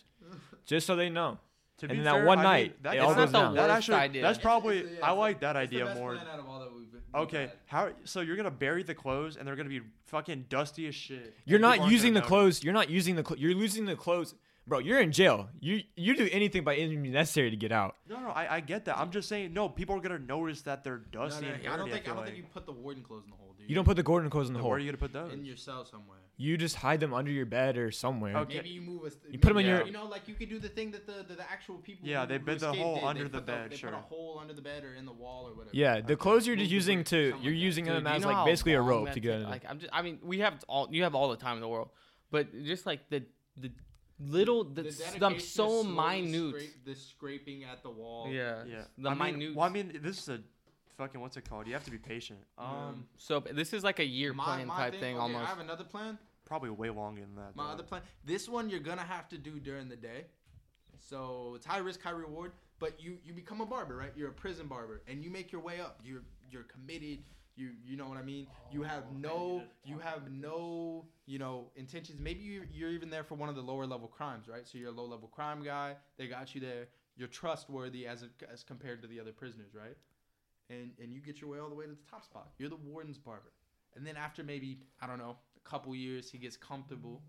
D: just so they know.
C: To
D: And then that one night, it all
C: it's
D: goes
C: not the
D: down.
A: That's
C: That actually,
A: idea.
C: That's
A: It's-
C: probably
B: it's the- yeah,
C: I
B: it's the-
C: like that
B: It's the
C: idea
B: best
C: more.
B: plan out of all that we've- we've
C: Okay,
B: had.
C: how? So you're gonna bury the clothes and they're gonna be fucking dusty as shit.
D: You're
C: and people aren't
D: not
C: gonna
D: using the
C: notice.
D: clothes. You're not using the. Cl- you're losing the clothes, bro. You're in jail. You you do anything by any means necessary to get out.
C: No, no, I, I get that. I'm just saying, no, people are gonna notice that they're dusty
B: No, no,
C: and
B: I
C: dirty.
B: don't
C: I
B: think I
C: feel
B: don't think
C: like.
B: you put the warden clothes in the hole, dude.
D: You don't put the Gordon clothes in the
C: Then
D: hole.
C: Where are you gonna put those?
B: in your cell somewhere.
D: You just hide them under your bed or somewhere.
C: Okay.
B: Maybe you move us.
D: You put 'em in
B: maybe-
D: your-
B: You know, like you could do the thing that the the, the actual people.
C: Yeah,
B: who-
C: they
B: who
C: bid the
B: escaped
C: hole
B: did. They
C: under
B: put
C: the bed,
B: They
C: sure.
B: put a hole under the bed or in the wall or whatever.
D: Yeah, the clothes you're just
B: Move the
D: using
B: bricks,
D: to
B: something
D: you're
B: like that.
D: using
A: Dude,
D: them
A: you
D: as
A: know
D: like
A: how
D: basically a
A: long
D: rope
A: that
D: to
A: take-
D: get out of
A: Like I'm just, I mean, we have all you have all the time in the world, but just like the the little the,
B: dedication
A: I'm
B: is
A: so
B: slowly
A: minute.
B: scrape- the scraping at the wall.
A: yeah.
C: yeah.
A: The
C: I
A: minute.
C: mean, well, I mean, this is a fucking what's it called? You have to be patient. Um,
A: so this is like a year
B: My,
A: plan
B: my
A: type
B: thing,
A: thing,
B: okay,
A: almost.
B: I have another plan.
C: probably way longer than that.
B: My
C: though.
B: other plan. This one you're gonna have to do during the day, so it's high risk, high reward. But you you become a barber, right? You're a prison barber, and you make your way up. You're you're committed. You you know what I mean. You have no you have no you know intentions. Maybe you you're even there for one of the lower level crimes, right? So you're a low level crime guy. They got you there. You're trustworthy as a, as compared to the other prisoners, right? and and you get your way all the way to the top spot. You're the warden's barber. And then after maybe I don't know a couple years, he gets comfortable,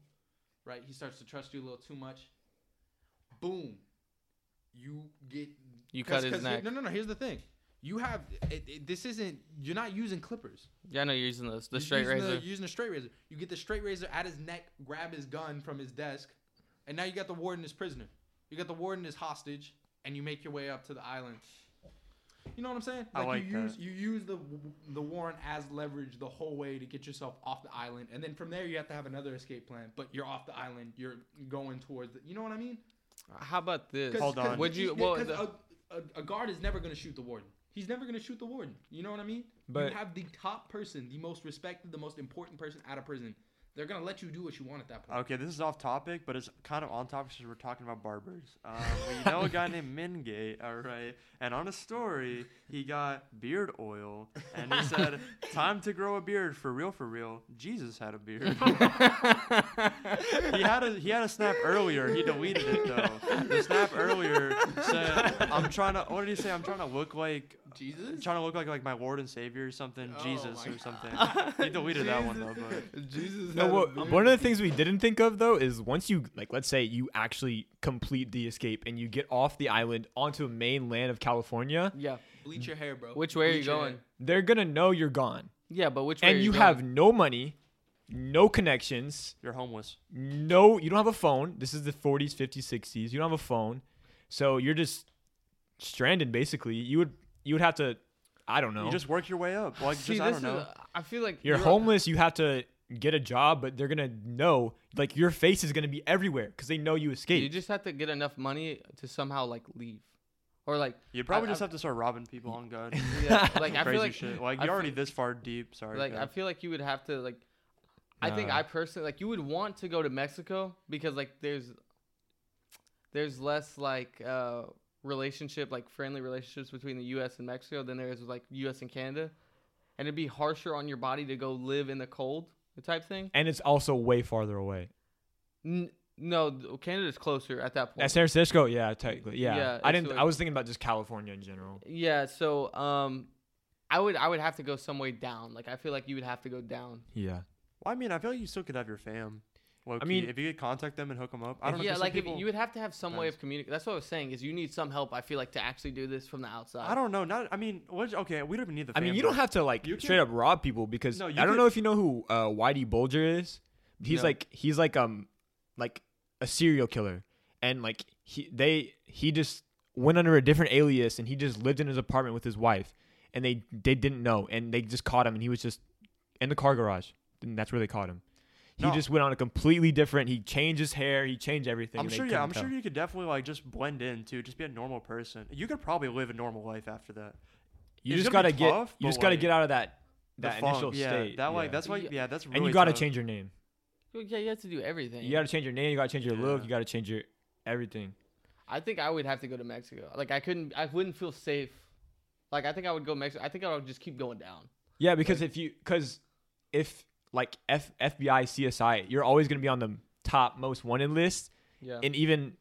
B: right? He starts to trust you a little too much. Boom, you get
A: You cut
B: 'cause-
A: his
B: 'cause here-
A: neck.
B: No, no, no. Here's the thing. You have it, it, this isn't you're not using clippers.
A: yeah, I know you're using this the
B: You're
A: straight
B: using the-
A: razor.
B: you're using a straight razor. You get the straight razor at his neck, grab his gun from his desk, and now you got the warden as prisoner. You got the warden as hostage, and you make your way up to the island. You know what I'm saying?
C: I like
B: you
C: that.
B: use you use the the warrant as leverage the whole way to get yourself off the island, and then from there you have to have another escape plan. But you're off the island. You're going towards. The, you know what I mean?
A: How about this?
B: 'Cause-
C: Hold
B: 'cause
C: on.
A: Would you-
B: yeah,
A: well,
B: 'cause
A: the-
B: a, a, a guard is never gonna shoot the warden. He's never gonna shoot the warden. You know what I mean?
D: But-
B: you have the top person, the most respected, the most important person out of prison. They're gonna let you do what you want at that point.
C: Okay, this is off topic, but it's kind of on topic since we're talking about barbers. Um, we know a guy named Mingate, all right, and on a story, he got beard oil, and he said, "Time to grow a beard for real, for real." Jesus had a beard. he had a he had a snap earlier. He deleted it though. The snap earlier said, "I'm trying to." What did he say? I'm trying to look like
B: Jesus.
C: trying to look like like my Lord and Savior or something,
B: Oh
C: Jesus
B: my
C: or something. He deleted that one though, but.
A: Jesus.
D: No,
A: had a
D: well,
A: beard.
D: one of the things we didn't think of though is once you like, let's say you actually complete the escape and you get off the island onto a mainland of California,
A: yeah.
B: Bleach your hair, bro.
A: Which way are you
B: Bleach your
A: going?
B: hair.
D: they're gonna know you're gone,
A: Yeah, but which way?
D: and
A: are
D: you
A: going?
D: have no money, no connections,
C: You're homeless.
D: no, you don't have a phone. This is the 40s, 50s, 60s. You don't have a phone, so you're just stranded basically. You would you would have to, I don't know.
C: You just work your way up. Like,
A: See,
C: just, I
A: this
C: don't know.
A: is. I feel like
D: You're
A: you're-
D: homeless. You have to get a job, but they're gonna know like your face is gonna be everywhere because they know you escaped.
A: You just have to get enough money to somehow like leave, or like
C: You probably
A: I-
C: just
A: I-
C: have to start robbing people on God.
A: yeah, like I
C: Crazy
A: feel like
C: shit. Like
A: I
C: you're already
A: feel-
C: this far deep. Sorry.
A: like I
C: God.
A: feel like you would have to like. I think
D: Nah.
A: I personally like you would want to go to Mexico because like there's there's less like uh relationship like friendly relationships between the US and Mexico than there is with like US and Canada. And it'd be harsher on your body to go live in the cold type thing.
D: and it's also way farther away.
A: N- no, th- Canada's closer at that point.
D: At San Francisco, yeah, technically, yeah.
A: Yeah,
D: I
A: it's
D: didn't.
A: like-
D: I was thinking about just California in general.
A: yeah, so um I would I would have to go some way down. Like I feel like you would have to go down.
D: Yeah,
C: well, I mean, I feel like you still could have your fam. Low
D: I
C: I
D: mean-
C: mean, if you could contact them and hook them up, I don't know.
A: yeah,
C: 'cause some
A: like
C: people,
A: if you would have to have some way
C: Depends.
A: of communicating. That's what I was saying is you need some help. I feel like to actually do this from the outside.
C: I don't know. Not. I mean, what? Okay, we don't even need the.
D: I
C: Fam,
D: mean, you don't
C: bro.
D: have to like
C: You
D: straight up rob people because
C: No,
D: I
C: you
D: don't
C: could-
D: know if you know who uh, Whitey Bulger is. He's
C: No.
D: like he's like um like a serial killer, and like he they he just went under a different alias and he just lived in his apartment with his wife, and they they didn't know and they just caught him and he was just in the car garage and that's where they caught him. He
C: No.
D: just went on a completely different. He changed his hair. He changed everything.
C: I'm
D: and they
C: sure. Yeah,
D: couldn't
C: I'm
D: tell.
C: sure you could definitely like just blend in too. Just be a normal person. You could probably live a normal life after that.
D: You
C: It's
D: just
C: gonna
D: gotta
C: be
D: get.
C: tough,
D: you
C: but,
D: just gotta
C: like,
D: get out of that
C: The
D: that
C: funk,
D: initial
C: yeah,
D: state.
C: That like
D: yeah.
C: that's like
A: Yeah.
C: yeah, that's really.
D: and you gotta
C: tough.
D: change your name.
A: Well, Yeah, you have to do everything.
D: You gotta change your name. You gotta change your look.
C: Yeah.
D: You gotta change your everything.
A: I think I would have to go to Mexico. Like I couldn't. I wouldn't feel safe. Like I think I would go Mexico. I think I would just keep going down.
D: Yeah, because if you, because if like F, FBI, CSI, you're always gonna be on the top most wanted list,
A: Yeah.
D: and even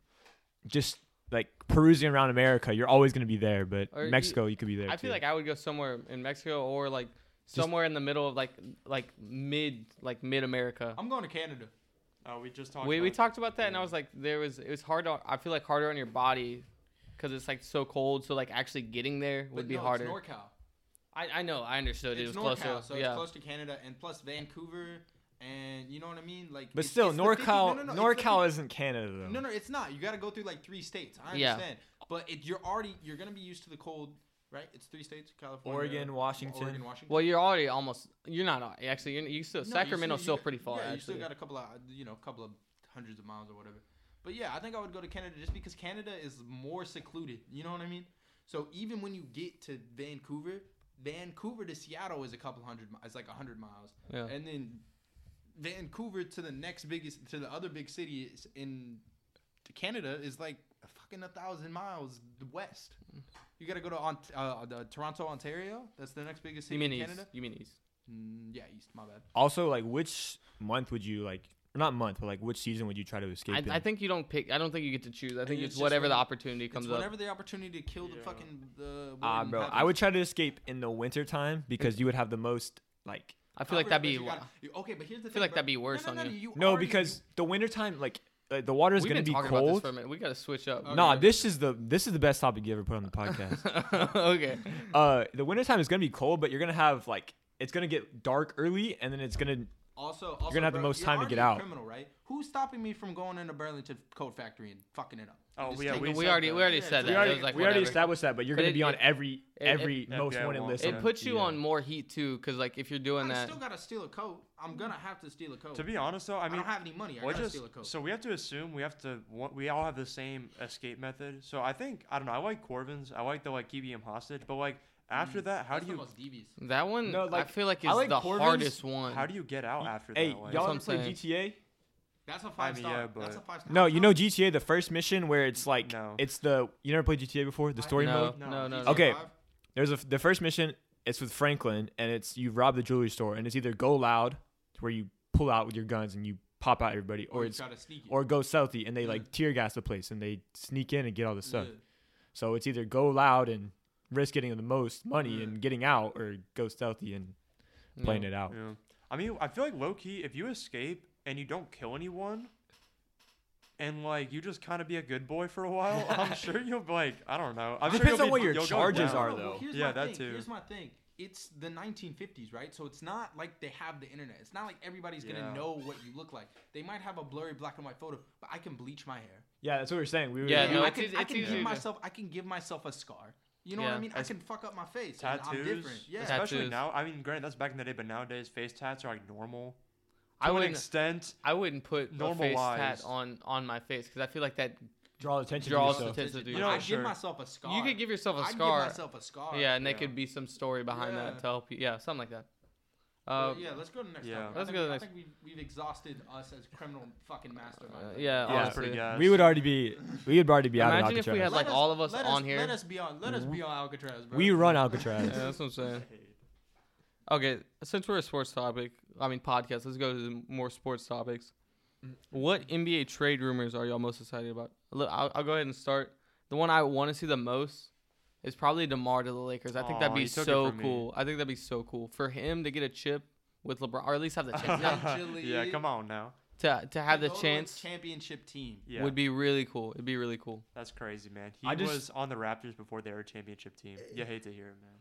D: just like perusing around America, you're always gonna be there. But
A: Or you-
D: Mexico, you, could be there.
A: I feel
D: too.
A: like I would go somewhere in Mexico or like somewhere in the middle of like like mid like mid America.
B: I'm going to Canada.
C: Oh, we just talked.
A: We we
C: about-
A: talked about that, and I was like, there was it was hard. On, I feel like harder on your body because it's like so cold. So like actually getting there would
B: But
A: be
B: no,
A: harder.
B: It's NorCal.
A: I I know. I understood. it
B: It's
A: was
B: NorCal,
A: closer.
B: so
A: yeah.
B: it's close to Canada, and plus Vancouver, and you know what I mean. Like,
D: But
B: it's-
D: still,
B: it's the 50
D: NorCal,
B: no, no, no, it's the
D: NorCal isn't Canada though.
B: No, no, it's not. You got to go through like three states. I
A: Yeah.
B: understand, but it, you're already you're gonna be used to the cold, right? It's three states: California,
D: Oregon, Washington.
B: Oregon, Washington.
A: Well, you're already almost. You're not al- actually. You're, you still
B: No, you
A: Sacramento's
B: you
A: still
B: got-
A: pretty far.
B: Yeah,
A: actually.
B: you still got a couple of you know, couple of hundreds of miles or whatever. But yeah, I think I would go to Canada just because Canada is more secluded. You know what I mean? So even when you get to Vancouver, Vancouver to Seattle is a couple hundred. mi- It's like a hundred miles,
A: Yeah.
B: and then Vancouver to the next biggest to the other big city is in to Canada is like a fucking a thousand miles west. You gotta go to Ont- uh, the Toronto, Ontario. That's the next biggest
A: You
B: city
A: mean
B: in
A: east?
B: Canada.
A: You mean east?
B: Mm, yeah, east. My bad.
D: Also, like, which month would you like? Not month, but like, which season would you try to escape?
A: I,
D: in?
A: I think you don't pick. I don't think you get to choose. I think
B: it's
A: it's
B: just
A: whatever the
B: when-
A: opportunity comes
B: it's
A: up.
B: whenever the opportunity to kill the
C: Yeah.
B: fucking the.
D: Ah,
B: warden
D: bro, I
B: happens.
D: would try to escape in the winter time because you would have the most like.
A: I feel like that'd be.
B: But you gotta- you- okay, but here's the thing.
A: feel like
B: bro.
A: that'd be worse
B: no, no,
A: on
B: no,
A: you.
D: No,
B: already-
D: because the winter time, like uh, the water is
A: We've
D: gonna
A: been
D: be
A: talking about this
D: cold.
A: for a minute. Oh, We gotta switch up.
D: Nah,
B: Okay.
D: this is the this is the best topic you ever put on the podcast.
A: okay.
D: uh, the winter time is gonna be cold, but you're gonna have like it's gonna get dark early, and then it's gonna
B: also, also,
D: gonna have the
B: bro,
D: most
B: you're
D: time to get
B: already a
D: out.
B: Criminal, right? Who's stopping me from going into Burlington Coat Factory and fucking it up?
C: Oh,
B: Just
C: yeah,
B: take
A: We,
C: we
B: it.
C: said
A: already
C: that.
A: we already
B: Yeah,
A: said
B: we
A: that.
D: we
A: It
D: already
A: was like
D: we already
A: whatever.
D: established that, but you're
A: But
D: gonna
A: it-
D: be on
A: it-
D: every
A: It- it-
D: every
C: Yeah,
D: most
C: I
D: wanted
C: want
D: list.
A: It,
C: some-
D: on-
A: puts you
D: yeah.
A: on more heat too, because like if you're doing
B: I
A: that,
B: still gotta steal a coat. I'm gonna have to steal a coat.
C: To be honest, though, I
B: I,
C: mean,
B: don't have any money. I
C: Well,
B: gotta
C: just-
B: steal a coat.
C: so we have to assume we have to wa- we all have the same escape method. So I think I don't know. I like Corvin's. I like the like keeping him hostage. But like after that, how
B: Mm, That's
C: do you
B: the most devious.
A: that one
D: No,
A: I
D: like,
A: feel like
D: I
A: is
D: like
A: the
D: Corvin's-
A: hardest one.
C: how do you get out after
D: Hey,
C: that? Like,
D: y'all
A: what
D: ever
A: I'm
D: play
A: saying.
D: GTA?
B: That's a five star.
C: yeah,
B: That's a
C: but-
B: five star.
D: No, you know GTA, the first mission where it's like
C: No.
D: it's the you never played GTA before, the
B: I-
D: story
A: no,
D: mode.
A: no, no,
C: No,
A: no,
D: GTA. Okay. There's a f- the first mission. It's with Franklin, and it's you rob the jewelry store, and it's either go loud, where you pull out with your guns and you pop out everybody, or it's
B: gotta sneak it.
D: or go stealthy, and they like
B: Yeah.
D: tear gas the place, and they sneak in and get all the stuff.
B: Yeah.
D: So it's either go loud and risk getting the most money
B: Yeah.
D: and getting out, or go stealthy and
A: No.
D: playing it out.
C: Yeah. I mean, I feel like low key, if you escape and you don't kill anyone, and like you just kind of be a good boy for a while, I'm sure you'll be like, I don't know. I'm sure
D: Depends
C: you'll
D: on
C: be-
D: what your
C: you'll go
D: charges
C: down.
D: are,
B: No, no, well,
D: though.
B: here's
C: Yeah,
B: my
C: that
B: thing.
C: too.
B: Here's my thing. It's the 1950s, right? So it's not like they have the internet. It's not like everybody's
C: Yeah.
B: gonna know what you look like. They might have a blurry black and white photo, but I can bleach my hair.
D: Yeah, that's what we are saying. We were
A: Yeah, no,
B: I
A: it's
B: can,
A: eas-
B: I
A: it's
B: can
A: easier
B: give
A: to-
B: myself. I can give myself a scar. You know what
A: Yeah.
B: I mean? I
A: That's-
B: can fuck up my face. and I'm
C: Tattoos,
B: different. Yeah.
C: especially
A: Tattoos.
C: now. I mean, granted, that's back in the day, but nowadays face tats are like normal to
A: I
C: an
A: wouldn't.
C: extent.
A: I wouldn't put a face tat
C: Normalized.
A: on on my face because I feel like that.
D: draw attention.
A: Draw
D: to
A: attention.
D: yourself.
A: Attention to
B: But
C: you.
B: I
C: Sure.
B: give myself a scar.
A: You could give yourself a
B: I'd
A: scar.
B: give myself a scar.
A: yeah, and there
C: Yeah.
A: could be some story behind
B: Yeah.
A: that to help you. Yeah, something like that.
B: Well,
A: Uh,
B: yeah, let's go to the next.
C: yeah.
B: topic. I
A: Let's
B: think
A: go to
B: we-
A: the
B: I
A: next-
B: think we've, we've exhausted us as criminal fucking masterminds.
A: uh, yeah,
D: Yeah.
A: honestly.
C: that's pretty gas.
D: We would already be. We would already be out of
A: Imagine if we
D: Alcatraz.
A: had, like, all of us
B: let
A: on here.
B: Let us be on. Let us be on Alcatraz, bro.
D: we run Alcatraz.
A: Yeah, that's what I'm saying. Okay, since we're a sports topic, I mean podcast, let's go to the more sports topics.
B: Mm-hmm.
A: What NBA trade rumors are y'all most excited about? Look, I'll, I'll go ahead and start. The one I want to see the most is probably DeMar to the Lakers. I think that'd
C: Aw,
A: be
C: you took it
A: so
C: from me.
A: cool. I think that'd be so cool for him to get a chip with LeBron, or at least have the chance
C: yeah,
B: Potentially.
C: come on now.
A: to to have the
B: Go to a
A: chance
B: championship team.
C: Yeah,
A: would be really cool. It'd be really cool.
C: that's crazy, man. He
D: I just-
C: was on the Raptors before they were a championship team. You hate to hear it, man.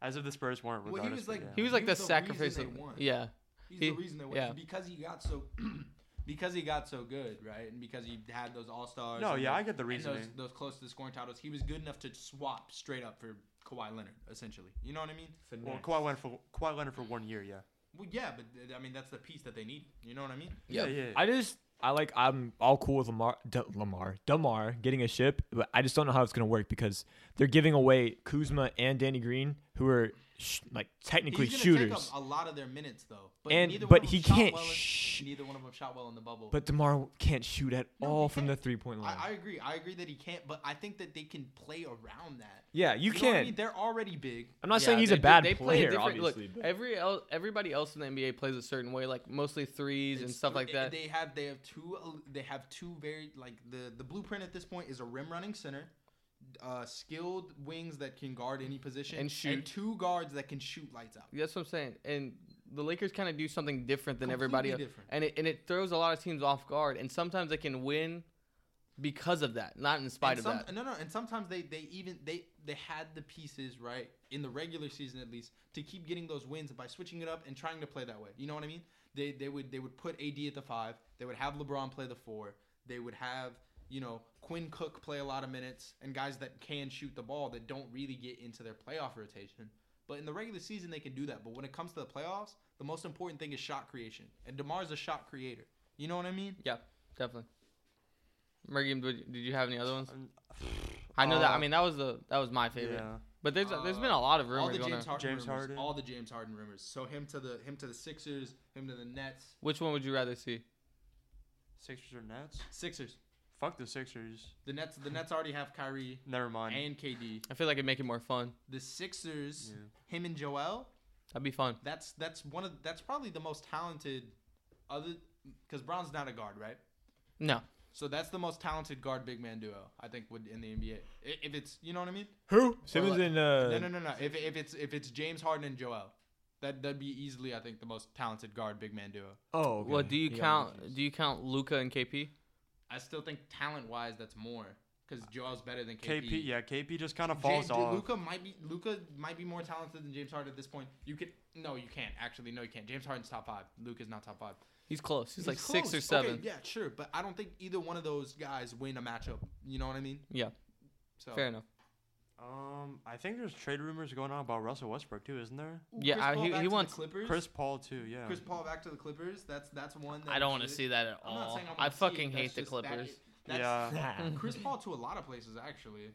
C: As if the Spurs weren't.
B: Well, he
C: Regardless,
B: was
C: but
B: like-
C: yeah.
A: He was
B: He
A: like
B: was
A: the,
B: the
A: sacrifice.
B: reason
A: of-
B: they won.
A: Yeah,
B: He's
A: He-
B: the reason they won
A: yeah.
B: because he got so because he got so good, right? And because he had those all stars.
C: No, yeah, I get the reasoning.
B: Those, those close to the scoring titles, he was good enough to swap straight up for Kawhi Leonard, essentially. You know what I mean?
C: Well, Kawhi Leonard for Kawhi Leonard for one year, yeah.
B: Well, yeah, but th- I mean that's the piece that they need. You know what I mean?
A: Yeah.
C: yeah.
D: I just I like I'm all cool with Lamar D- Lamar Damar getting a ship, but I just don't know how it's gonna work because they're giving away Kuzma and Danny Green, who are sh- like technically
B: He's gonna take up
D: shooters.
B: a lot of their minutes though. But
D: And-
B: neither one
D: but
B: of them
D: he
B: shot
D: can't
B: Well in-
D: sh-
B: neither one of them shot well in the bubble.
D: But Damar can't shoot at
B: No,
D: all
B: he
D: from the
B: can't.
D: three point line.
B: I, I agree. I agree that he can't. But I think that they can play around that.
D: yeah, you,
B: know what I
D: can't.
B: mean? They're already big.
D: I'm not
A: Yeah,
D: saying he's
A: they
D: a
A: do-
D: bad
A: they play
D: player,
A: different-
D: obviously.
A: Look,
D: but-
A: every el- everybody else in the NBA plays a certain way, like mostly threes and
B: It's
A: stuff
B: th-
A: like that.
B: They have they have two el- they have two very like the the blueprint at this point is a rim running center, uh, skilled wings that can guard any position
A: And shoot.
B: two guards that can shoot lights out.
A: That's what I'm saying. And the Lakers kind of do something different than everybody else.
B: Completely different.
A: And it, and it throws a lot of teams off guard. And sometimes they can win because of that, not in spite
B: And
A: of
B: some-
A: that.
B: No, no, and sometimes they they even they they had the pieces right in the regular season at least to keep getting those wins by switching it up and trying to play that way. You know what I mean? They they would they would put AD at the five. They would have LeBron play the four. They would have you know Quinn Cook play a lot of minutes and guys that can shoot the ball that don't really get into their playoff rotation. But in the regular season they can do that. But when it comes to the playoffs, the most important thing is shot creation. And Demar's a shot creator. You know what I mean?
A: Yeah, definitely. Mergim, did did you have any other ones?
C: Um,
A: I know that. I
C: uh,
A: mean, that was the that was my favorite.
C: yeah.
A: But there's there's been
B: Uh,
A: a lot of
B: all
A: rumors going
B: the James
A: on.
B: Harden
C: James
B: rumors,
C: Harden.
B: all the James Harden rumors. So him to the him to the Sixers, him to the Nets,
A: Which one would you rather see?
C: Sixers or Nets?
B: Sixers.
C: Fuck the Sixers.
B: The Nets the Nets already have Kyrie
C: Never mind.
B: and KD.
A: I feel like it'd make it more fun.
B: The Sixers,
C: Yeah.
B: him and Joel.
A: That'd be fun.
B: That's that's one of that's probably the most talented, other because Brown's not a guard, right?
A: No.
B: So that's the most talented guard big man duo I think would in the NBA. I- If it's you know what I mean?
D: who Simmons
B: like-
D: and uh,
B: no no no no. If, if it's if it's James Harden and Joel, that that'd be easily I think the most talented guard big man duo.
D: oh, okay.
A: Well, do you
D: Yeah, I'm
A: count
D: confused.
A: do you count Luca and KP?
B: I still think talent wise, that's more because Joel's better than KP.
C: KP, yeah, KP just kind of
B: James,
C: falls off.
B: Luca might be Luca might be more talented than James Harden at this point. You could no, you can't actually. No, you can't. James Harden's top five. Luca's not top five.
A: He's close. He's, like
B: He's
A: six or
B: close.
A: seven.
B: Okay, yeah, sure, but I don't think either one of those guys win a matchup. You know what I mean?
A: Yeah.
B: So
A: Fair enough.
C: Um, I think there's trade rumors going on about Russell Westbrook too, isn't there?
B: Ooh,
A: Yeah,
B: Chris
A: I-
B: Paul
A: he-
B: back
A: he
B: to the
A: wants-
B: Clippers.
C: Chris Paul too, yeah.
B: Chris Paul back to the Clippers. That's that's one. That
A: I don't want to
B: should-
A: see that at
B: I'm not
A: all.
B: saying I wanna
A: I
B: see it,
A: fucking
B: that's
A: hate the
B: just- that
A: Clippers.
B: is- that's-
C: yeah,
B: Chris Paul to a lot of places actually.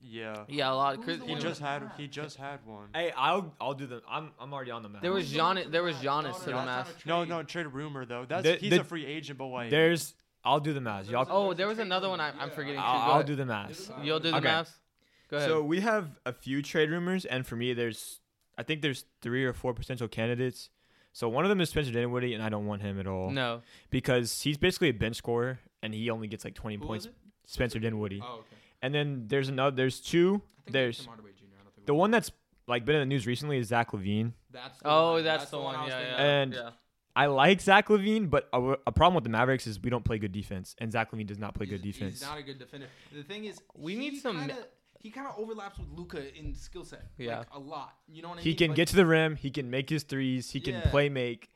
C: yeah.
A: Yeah, a lot. Of
B: Who's
A: Chris,
B: the
A: you
C: He
B: one
A: know,
C: just
B: that-
C: had he just had one.
D: Hey, I'll I'll do the. I'm I'm already on the map.
A: There was
B: Who's the one
A: Giannis-
B: to
A: there
B: the
A: was
B: Mavs?
A: Giannis
B: no,
A: to the
B: that's not
A: Mavs.
B: a
C: No,
B: trade.
C: no trade rumor though. That's
D: The-
C: he's
D: the-
C: a free agent, but like
D: There's. I'll do the math.
B: There was
D: Y'all.
B: a-
A: oh, there was
B: trade
A: another one I,
B: rumor.
A: I'm
B: Yeah,
A: forgetting.
B: I-
A: too.
D: I'll,
A: Go
D: I'll
A: ahead.
D: do the
B: There's
D: math.
B: a-
A: You'll do the
D: Okay.
A: math. Go ahead.
D: So we have a few trade rumors, and for me, there's I think there's three or four potential candidates. So one of them is Spencer Dinwiddie, and I don't want him at all
A: no,
D: because he's basically a bench scorer, and he only gets like 20
B: Who was
D: points.
B: it?
D: Spencer Dinwiddie,
B: Oh, okay.
D: and then there's another. There's two.
B: I think
D: There's-
B: Tim Hardaway Jr. I don't think
D: The
B: it was-
D: one that's like been in the news recently is Zach Levine.
B: That's the
A: oh,
B: one.
A: that's, the one.
B: I was
A: Yeah, yeah,
B: thinking of.
D: And-
A: yeah.
D: I like Zach Levine, but a, a problem with the Mavericks is we don't play good defense, and Zach Levine does not play good
B: He's-
D: defense.
B: He's not a good defender. The thing is,
A: We
B: he
A: need some-
B: Kinda, he kind of overlaps with Luca in skill set.
A: Yeah.
B: like, a lot. You know what I mean?
D: he can
B: Like,
D: get to the rim, he can make his threes, he can
B: Yeah.
D: play make,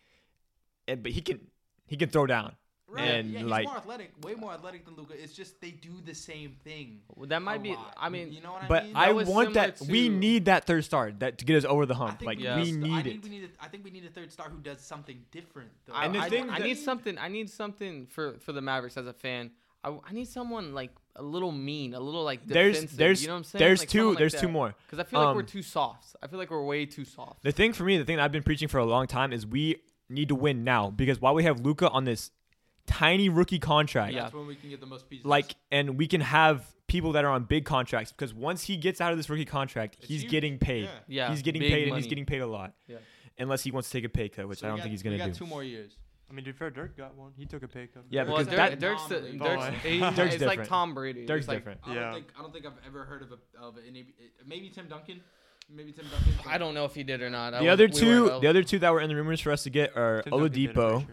D: and but he can he can throw down.
B: right.
D: and,
B: yeah, he's
D: like-
B: more athletic, way more athletic than Luca. It's just they do the same thing.
A: Well, that
B: a
A: might be.
B: lot.
A: I mean,
B: you know what
D: But
B: I mean?
D: I,
A: That was
D: want
A: similar
D: that. we
A: to-
D: need that third star that to get us over the hump.
B: think
D: Like
A: Yeah.
D: we
B: just- I
D: need
B: think
D: it.
B: we need a, I think we need a third star who does something different. Though.
A: I,
D: And the
A: I,
D: thing
A: I
D: that-
A: need something. I need something for for the Mavericks as a fan. I, I need someone like a little mean, a little like
D: There's-
A: defensive.
D: there's-
A: you know what I'm saying?
D: there's
A: Like,
D: two-
A: someone like
D: there's two
A: that.
D: more.
A: 'Cause I feel like we're
D: Um,
A: too soft. I feel like we're way too soft.
D: The thing for me, the thing that I've been preaching for a long time is we need to win now because while we have Luca on this tiny rookie contract,
A: Yeah.
B: That's when we can get the most pieces.
D: like and we can have people that are on big contracts because once he gets out of this rookie contract,
B: It's
D: he's
B: huge.
D: getting paid.
B: Yeah.
A: Yeah,
D: he's getting
A: big
D: paid and
A: money.
D: he's getting paid a lot.
A: Yeah.
D: Unless he wants to take a pay cut, which
B: So
D: I
B: we
D: don't
B: got-
D: think he's gonna
B: we got
D: do.
B: two more years.
C: I mean, dude, fair Dirk got one. He took a pay cut.
D: Yeah,
A: well,
D: because
A: Dirk,
D: that-
A: Dirk's, the,
B: Anomaly.
A: Dirk's,
C: Boy.
A: he-
D: Dirk's
A: it's like
D: different.
A: Tom Brady.
D: Dirk's
A: It's like,
D: different.
B: I
C: Yeah.
B: don't think I don't think I've ever heard of a of any maybe Tim Duncan, maybe Tim Duncan.
A: I don't know if he did or not. I
D: The
A: was-
D: other
A: we
D: two,
A: were-
D: the other two that were in the rumors for us to get are
C: Tim Duncan did it, I'm
D: Oladipo,
C: pretty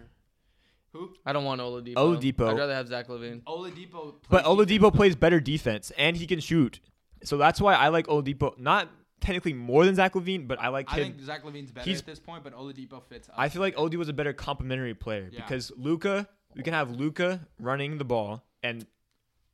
B: Who?
A: I don't want Oladipo.
D: Oladipo.
A: I'd rather have Zach Levine.
B: Oladipo. plays
D: but
B: defense.
D: Oladipo plays better defense and he can shoot, so that's why I like Oladipo. Not technically more than Zach Levine, but I like
B: I
D: him.
B: think Zach Levine's better
D: he's-
B: at this point, but Oladipo fits. Us.
D: I feel like Oladipo was a better complementary player
B: Yeah.
D: because Luca, we can have Luca running the ball and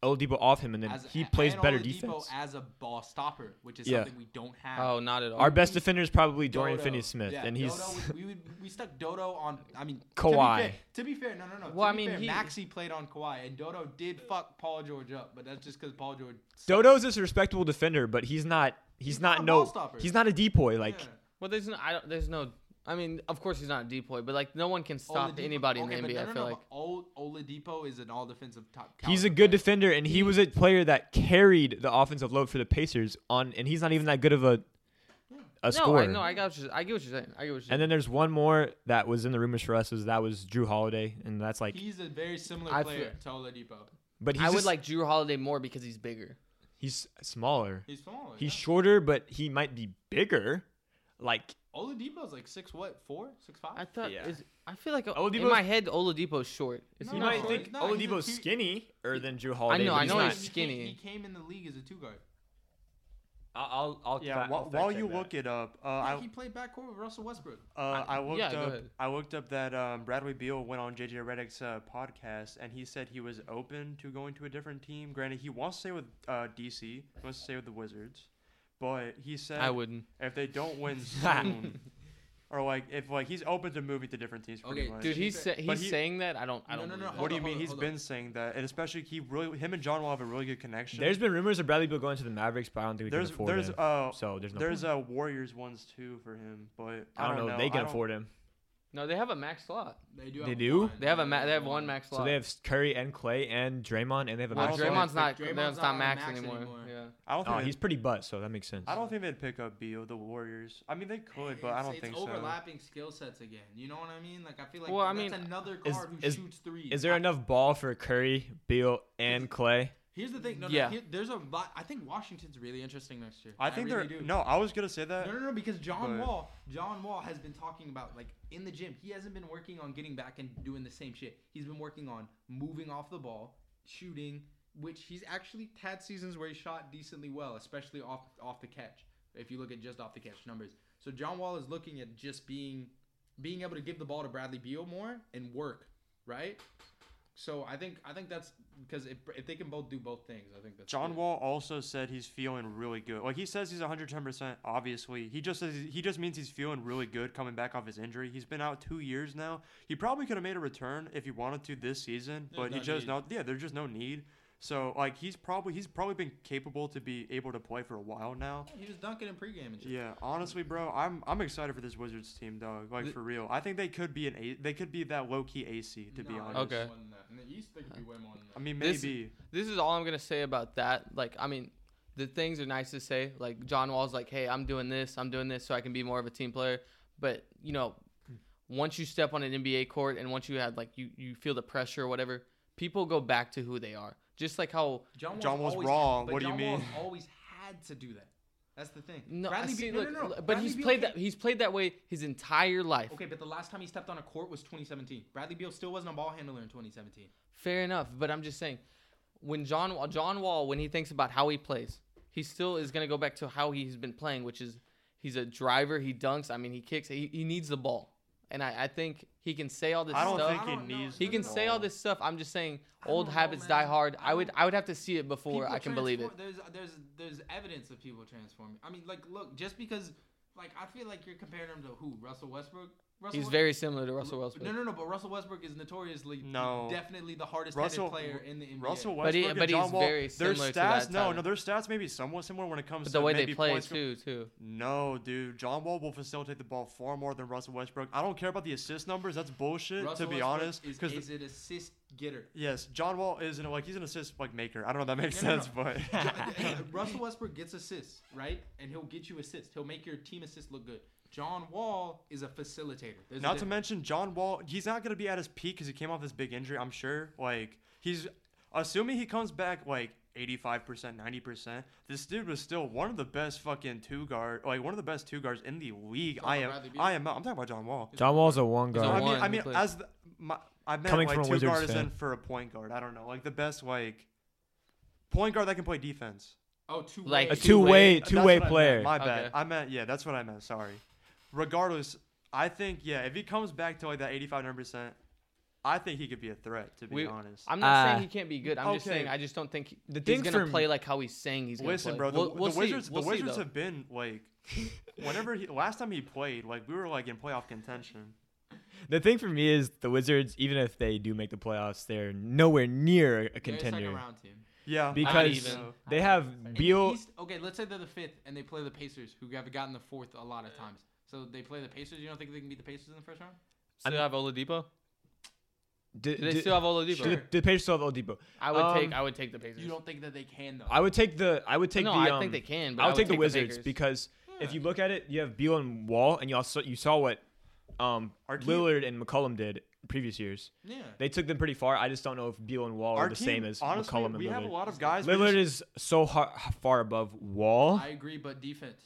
D: Oladipo off him, and then
B: As-
D: he
B: and
D: plays better
B: Oladipo
D: defense.
B: as a ball stopper, which is
D: Yeah.
B: something we don't have.
A: Oh, not at all.
D: Our best defender is probably Dorian
B: Dodo.
D: Finney-Smith,
B: Yeah,
D: and he's
B: Dodo, we, we, would- we stuck Dodo on. I mean,
D: Kawhi.
B: To be fair, to be fair no, no, no.
A: Well, I
B: to be
A: mean,
B: fair,
A: he-
B: Maxi played on Kawhi, and Dodo did fuck Paul George up, but that's just because Paul George. sucked.
D: Dodo's this respectable defender, but he's not. He's,
B: He's
D: not,
B: not a ball
D: no.
B: stopper.
D: He's not a decoy. Like
B: Yeah.
A: Well, there's no. I don't, there's no. I mean, of course he's not a deploy, but like no one can stop
B: Oladipo-
A: anybody
B: okay,
A: in the
B: but
A: NBA.
B: no,
A: I
B: no,
A: feel
B: no,
A: like.
B: but Ol- Oladipo is an all defensive top.
D: he's a
B: caliber
D: good
B: player.
D: defender, and he was a player that carried the offensive load for the Pacers on, and he's not even that good of a a
A: Hmm. No,
D: scorer.
A: I know. I got. What you're, I get what you're saying. I get what you're saying.
D: And then there's one more that was in the rumors for us was that was Drew Holiday, and that's like,
B: He's a very similar
A: I
B: player
A: feel-
B: to Oladipo.
D: but he's
A: I would
D: just-
A: like Drew Holiday more because he's bigger.
D: he's smaller.
B: He's smaller.
D: He's
B: yeah.
D: shorter, but he might be bigger. Like
B: Oladipo's like six what four six five.
A: I thought.
D: Yeah.
A: Is, I feel like in
D: Oladipo's-
A: my head Oladipo's short. Is
D: you
B: No,
D: might
B: he's
D: think
B: not. He's a
D: Oladipo's
B: huge-
D: skinnier than Drew Holiday.
A: know,
D: but
A: I
D: he's
A: know
D: not.
A: he's skinny.
B: He came, he came in the league as a two guard.
D: I'll, I'll, I'll
C: sure. Yeah, while, while you look it up, uh,
B: Yeah,
C: I
B: he played backcourt with Russell Westbrook.
C: Uh, I looked
A: yeah, go
C: up.
A: ahead.
C: I looked up that um, Bradley Beal went on JJ Redick's uh, podcast, and he said he was open to going to a different team. Granted, he wants to stay with uh, DC. He wants to stay with the Wizards, but he said
A: I wouldn't.
C: if they don't win soon, or like if like he's open to moving to different teams. Pretty
B: Okay,
C: much.
A: Dude, he's sa-
B: But
A: he's
C: he-
A: saying that. I don't. I
B: No,
A: don't.
B: no, no,
A: believe that.
B: hold
C: What do you
B: on,
C: mean?
B: on,
C: He's
B: hold
C: been saying that, and especially he really him and John will have a really good connection.
D: There's been rumors of Bradley Bill going to the Mavericks, but I don't think we
C: there's
D: can afford
C: there's
D: him.
C: uh
D: so there's no.
C: there's
D: point.
C: uh Warriors ones too for him, but I
D: I don't know. if They
C: I
D: can
C: don't-
D: afford him.
A: No, they have a max slot.
B: They do.
D: They
B: have
D: do?
B: One.
A: They have a ma- they have one max slot.
D: So they have Curry and Clay and Draymond, and they have a.
A: Well,
C: Also,
D: basketball-
A: Draymond's not.
B: like,
A: Draymond's,
B: Draymond's
A: not,
B: not on the
A: max,
B: max
A: anymore.
B: anymore.
A: Yeah.
C: I don't
D: Oh,
C: think
D: he's pretty butt, so that makes sense.
C: I don't think they'd pick up Beal, the Warriors. I mean, they could, but I
B: It's-
C: don't
B: it's
C: think so.
B: overlapping skill sets again. You know what I mean? Like I feel like
A: Well, I
B: that's
A: mean,
B: another
D: is-
B: guard who
D: is-
B: shoots threes.
D: Is there
B: I-
D: enough ball for Curry, Beal, and Clay?
B: Here's the thing. No,
A: Yeah.
B: no, here, there's a lot. I think Washington's really interesting next year.
C: I think
B: really
C: they're
B: do.
C: no. I was gonna say that.
B: No, no, no, because John
C: but-
B: Wall, John Wall has been talking about like in the gym. He hasn't been working on getting back and doing the same shit. He's been working on moving off the ball, shooting, which he's actually had seasons where he shot decently well, especially off off the catch. If you look at just off the catch numbers, so John Wall is looking at just being being able to give the ball to Bradley Beal more and work, right? So I think I think that's because if, if they can both do both things, I think that's
C: John
B: good.
C: Wall also said he's feeling really good. Like he says he's 110%. Obviously, he just says he just means he's feeling really good coming back off his injury. He's been out two years now. He probably could have made a return if he wanted to this season,
B: There's
C: but he
B: no
C: just
B: need.
C: not. Yeah, there's just no need. So like he's probably he's probably been capable to be able to play for a while now.
B: He was dunking in pregame and shit.
C: Yeah, honestly, bro, I'm I'm excited for this Wizards team, dog. Like
A: Th-
C: for real, I think they could be an A- they could be that low key AC to be
B: Nah,
C: honest.
B: there's
A: Okay.
B: more than that. In the East, they could be way more than that.
C: I mean,
A: This-
C: maybe
A: this is all I'm gonna say about that. Like, I mean, the things are nice to say. Like John Wall's like, hey, I'm doing this, I'm doing this, so I can be more of a team player. But you know, once you step on an NBA court and once you had like you you feel the pressure or whatever, people go back to who they are. Just like how
B: John,
C: John
B: Wall's always-
C: Wall's wrong.
B: but
C: What do you
B: John Wall's
C: mean?
B: always had to do that. That's the thing.
A: no, I
B: Bradley
A: see,
B: Beal-
A: look,
B: no, no, no.
A: but
B: Bradley
A: he's
B: Beal
A: played
B: came-
A: that he's played that way his entire life.
B: Okay, but the last time he stepped on a court was 2017. Bradley Beal still wasn't a ball handler in 2017.
A: Fair enough, but I'm just saying, when John Wall, John Wall, when he thinks about how he plays, he still is gonna go back to how he's been playing, which is he's a driver, he dunks, I mean he kicks, he, he needs the ball, and I, I think he can say all this
C: I don't
A: stuff.
C: think
B: I
C: he
B: don't know.
C: needs.
A: he
C: the
A: can say all
C: ball.
A: this stuff. I'm just saying,
B: I
A: old
B: don't know,
A: habits die
B: man.
A: hard.
B: I
A: I would
B: don't-
A: I would have to see it before I
B: People
A: can believe it.
B: transform- There's there's there's evidence of people transforming. I mean, like look, just because like I feel like you're comparing him to who Russell Westbrook. Russell
A: He's
B: Wes-
A: very similar to Russell Westbrook.
B: No, no, no. But Russell Westbrook is notoriously
C: No.
B: definitely the hardest
C: Russell-
B: headed player in the NBA.
C: Russell Westbrook
A: But he-
C: and
A: but
C: John
A: he's
C: Wall,
A: very
C: their
A: similar
C: stats,
A: to that
C: no,
A: talent.
C: no, their stats may be somewhat similar when it comes
A: But
C: to
A: the way
C: maybe
A: they play
C: points.
A: too, too.
C: No, dude, John Wall will facilitate the ball far more than Russell Westbrook. I don't care about the assist numbers. That's bullshit,
B: Russell
C: to be
B: Westbrook
C: honest.
B: is,
C: Because
B: is an assist getter.
C: yes, John Wall is an, like he's an assist like maker. I don't know if that makes
B: No, no, no.
C: sense, but
B: Russell Westbrook gets assists, right? And he'll get you assists. He'll make your team assist look good. John Wall is a facilitator. There's a
C: Not to
B: difference.
C: mention John Wall, he's not gonna be at his peak because he came off this big injury. I'm sure. Like he's assuming he comes back like 85 percent, 90 percent. This dude was still one of the best fucking two guard, like one of the best two guards in the league.
B: Talking
C: I am,
B: about Bradley Beal?
C: I am. I'm talking about John Wall.
D: John Wall's a one
A: He's a
C: I
D: guard.
C: mean,
A: one
C: I
A: who
C: mean,
A: plays-
C: as the, my, I meant
D: Coming
C: like
D: from a
C: two
D: Wizards
C: guard is
D: fan.
C: in for a point guard. I don't know, like the best like point guard that can play defense.
B: Oh, two
A: Like-
D: A
B: ways.
D: two
A: Two-way-
D: way
C: That's
D: two way
C: what I meant.
D: player.
C: My bad.
A: Okay.
C: I meant yeah. That's what I meant. Sorry. Regardless, I think yeah. If he comes back to like that 85 percent, I think he could be a threat. To be
A: We-
C: honest.
A: I'm not
D: Uh,
A: saying he can't be good. I'm just
C: Ah. okay.
A: saying I just don't think he-
D: The
A: he's
D: thing
A: gonna
D: for
A: play like how he's saying he's gonna
C: Listen,
A: play.
C: bro. The,
A: We'll- we'll
C: the
A: see.
C: Wizards,
A: We'll
C: the
A: see,
C: Wizards
A: though.
C: have been like, whenever he, last time he played, like we were like in playoff contention.
D: The thing for me is the Wizards, even if they do make the playoffs, they're nowhere near a
B: They're a second
D: contender.
B: round team.
C: Yeah,
D: Because
A: even.
C: so-
D: They have
B: And
D: Beal.
B: East- okay, let's say they're the fifth, and they play the Pacers, who have gotten the fourth a lot of times. So they play the Pacers. You don't think they can beat the Pacers in the first round?
A: Still have Oladipo?
D: Do,
A: Do they
D: do-
A: still have Oladipo?
D: do the, do the Pacers still have Oladipo?
A: I would
D: Um,
A: take I would take the Pacers.
B: You don't think that they can though.
D: I would take the. I would take
A: no,
D: the.
A: I
D: um,
A: think they can. But
D: I would take the Wizards
A: Wizards
D: because if
A: Hmm.
D: you look at it, you have Beal and Wall, and you also you saw what um,
C: Our team-
D: Lillard and McCollum did previous years.
B: yeah.
D: They took them pretty far. I just don't know if Beal and Wall
C: our
D: are the
C: team,
D: same as
C: honestly,
D: McCollum and
C: we have a
D: Lillard.
C: lot of guys. we
D: Lillard
C: just-
D: is so har- far above Wall.
B: I agree, but defense.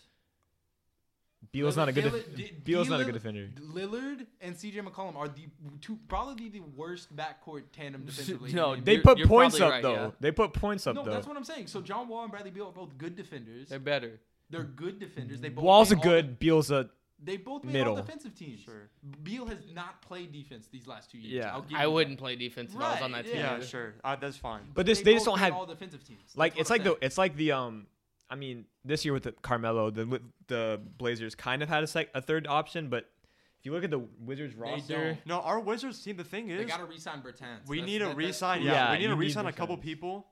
D: Beal's not a good.
B: Lillard- D-
D: Def- Beal's not a
B: Lillard-
D: good defender.
B: Lillard and CJ McCollum are the two, probably the worst backcourt tandem defensively. in
A: No,
B: the
D: They
A: You're-
B: NBA.
D: put
A: you're
D: points
A: probably
D: up
A: right,
D: though.
A: yeah.
D: They put points up
B: no,
D: though.
B: that's what I'm saying. So John Wall and Bradley Beal are both good defenders.
A: They're better.
B: They're good defenders. They both
D: Wall's a
B: made all-
D: good. Beal's a.
B: They both made
D: middle.
B: all defensive teams.
C: Sure.
B: Beal has not played defense these last two years.
D: Yeah.
B: I'll give
A: I
B: you that.
A: wouldn't play defense if I was on
B: Right,
A: that team.
B: yeah.
C: Yeah,
A: either.
C: sure. Uh, that's fine.
D: But this, they just
B: both
D: don't
B: made
D: have
B: all defensive teams. That's
D: like
B: what
D: it's
B: I'm
D: like the
B: saying.
D: it's like the um I mean this year with the Carmelo the Wi- the Blazers kind of had a sec, a third option but if you look at the Wizards roster
B: don't.
C: No, our Wizards team. The thing
B: They
C: is,
B: gotta resign Bertans.
C: we
B: That's-
C: need
B: that-
C: to
B: that's-
C: resign. Yeah,
D: Yeah,
C: we need
D: you
C: to
D: need
C: resign a couple
D: resigns.
C: people.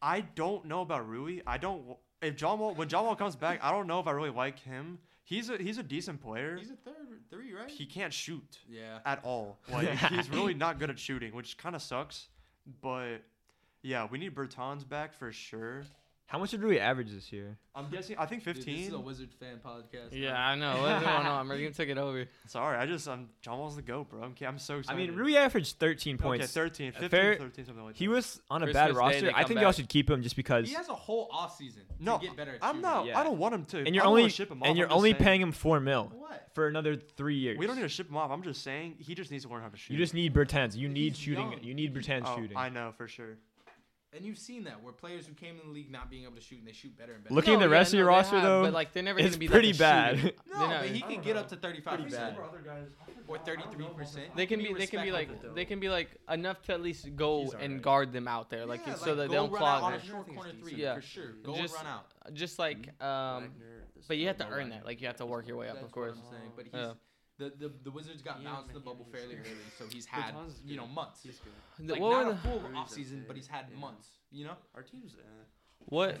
C: I don't know about Rui. I don't. w- If John Wall, when John Wall comes back, I don't know if I really like him. He's a he's a decent player.
B: He's a third, three, right?
C: He can't shoot.
B: yeah.
C: at all. Like he's really not good at shooting, which kind of sucks. But yeah, we need Bertans back for sure.
D: how much did Rui average this year
C: I'm guessing. I think
B: Dude, this is a
C: 15.
B: Wizard fan podcast.
A: Yeah, I know. What's going on? We're gonna take it over.
C: Sorry, I just I'm John Wall's the goat, bro. I'm, ki- I'm so
D: I
C: excited.
D: mean Rui averaged 13
C: Okay,
D: points
C: 13, 15,
D: fair-
C: 13, something like that.
D: he was on a
A: Christmas
D: bad
A: Day,
D: roster
A: they
D: I
A: come
D: think y'all
A: back.
D: should keep him just because
B: He has a whole offseason
C: no.
B: to get better at
C: I'm
B: shooting.
C: not.
D: Yeah.
C: I don't want him to.
D: and
C: I
D: you're
C: don't wanna
D: only
C: ship him off,
D: and
C: I'm
D: you're
C: just
D: only
C: saying-
D: paying him four mil
B: What?
D: for another three years
C: We don't need to ship him off. I'm just saying he just needs to learn how to shoot.
D: you just need Bertans you need
B: He's
D: shooting
B: young.
D: you need Bertans
C: oh,
D: shooting
C: I know for sure.
B: And you've seen that where players who came in the league not being able to shoot and they shoot better and better.
D: Looking at the rest of your
A: they
D: roster, though,
A: but like they're never
D: it's
A: gonna be
D: pretty
A: that good
D: bad.
A: shooter.
B: no,
A: They're
B: but
A: not-
B: he
C: I
B: can
C: don't
B: get
C: know.
B: up to 35
C: Pretty
B: percent.
C: bad. Other guys,
B: Or 33%.
A: They can
B: We
A: be they can be
B: respect
A: like
B: it, though.
A: they can be like enough to at least go
E: He's
A: and
E: alright.
A: guard them out there, like so that they don't
B: run out
A: clog
B: on
A: them.
B: a short corner three
A: Yeah.
B: for sure. Go
A: Just-
B: and run out.
A: Just like um, but you have to earn that. Like you have to work your way up,
B: That's
A: Oh, of course.
B: What I'm saying. But he's
A: Yeah.
B: the, the the Wizards got
E: Yeah,
B: bounced in the
E: man,
B: bubble
E: he's
B: fairly
E: good.
B: early, so he's had
E: Bertans is
B: you
E: good.
B: know months.
E: He's good.
B: Like,
A: what were
B: not a
A: the-
B: full
E: Ruiz up
B: offseason,
E: there,
B: but he's had
E: yeah.
B: months. You know,
C: Our team's.
A: uh,
C: Eh.
A: What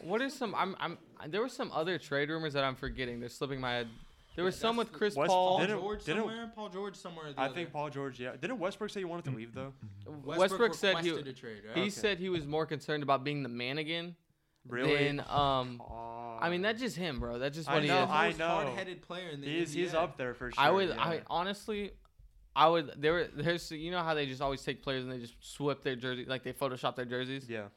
A: what are some? I'm I'm there were some other trade rumors that I'm forgetting. They're slipping my head. There
B: Yeah,
A: was some
B: that's
A: with
B: the-
A: Chris
C: West-
A: Paul.
B: Paul
C: Didn't-
B: George
C: didn't-
B: somewhere. Paul George somewhere. the
C: I
B: other.
C: think Paul George. Yeah, didn't Westbrook say he wanted to leave though?
B: Westbrook,
A: Westbrook said he-
B: requested a trade. Right?
A: He
C: Okay.
A: said he was more concerned about being the man again
C: Really?
A: than um. I mean,
C: Aw.
A: that's just him, bro. That's just
C: I
A: what he
C: know,
A: is.
C: I
B: Most
C: know.
B: Hard-headed player in the
C: he's he's
B: NBA.
C: up there for sure.
A: I would.
C: yeah.
A: I honestly, I would. There were. There's. You know how they just always take players and they just swip their jersey, like they Photoshop their jerseys.
C: Yeah.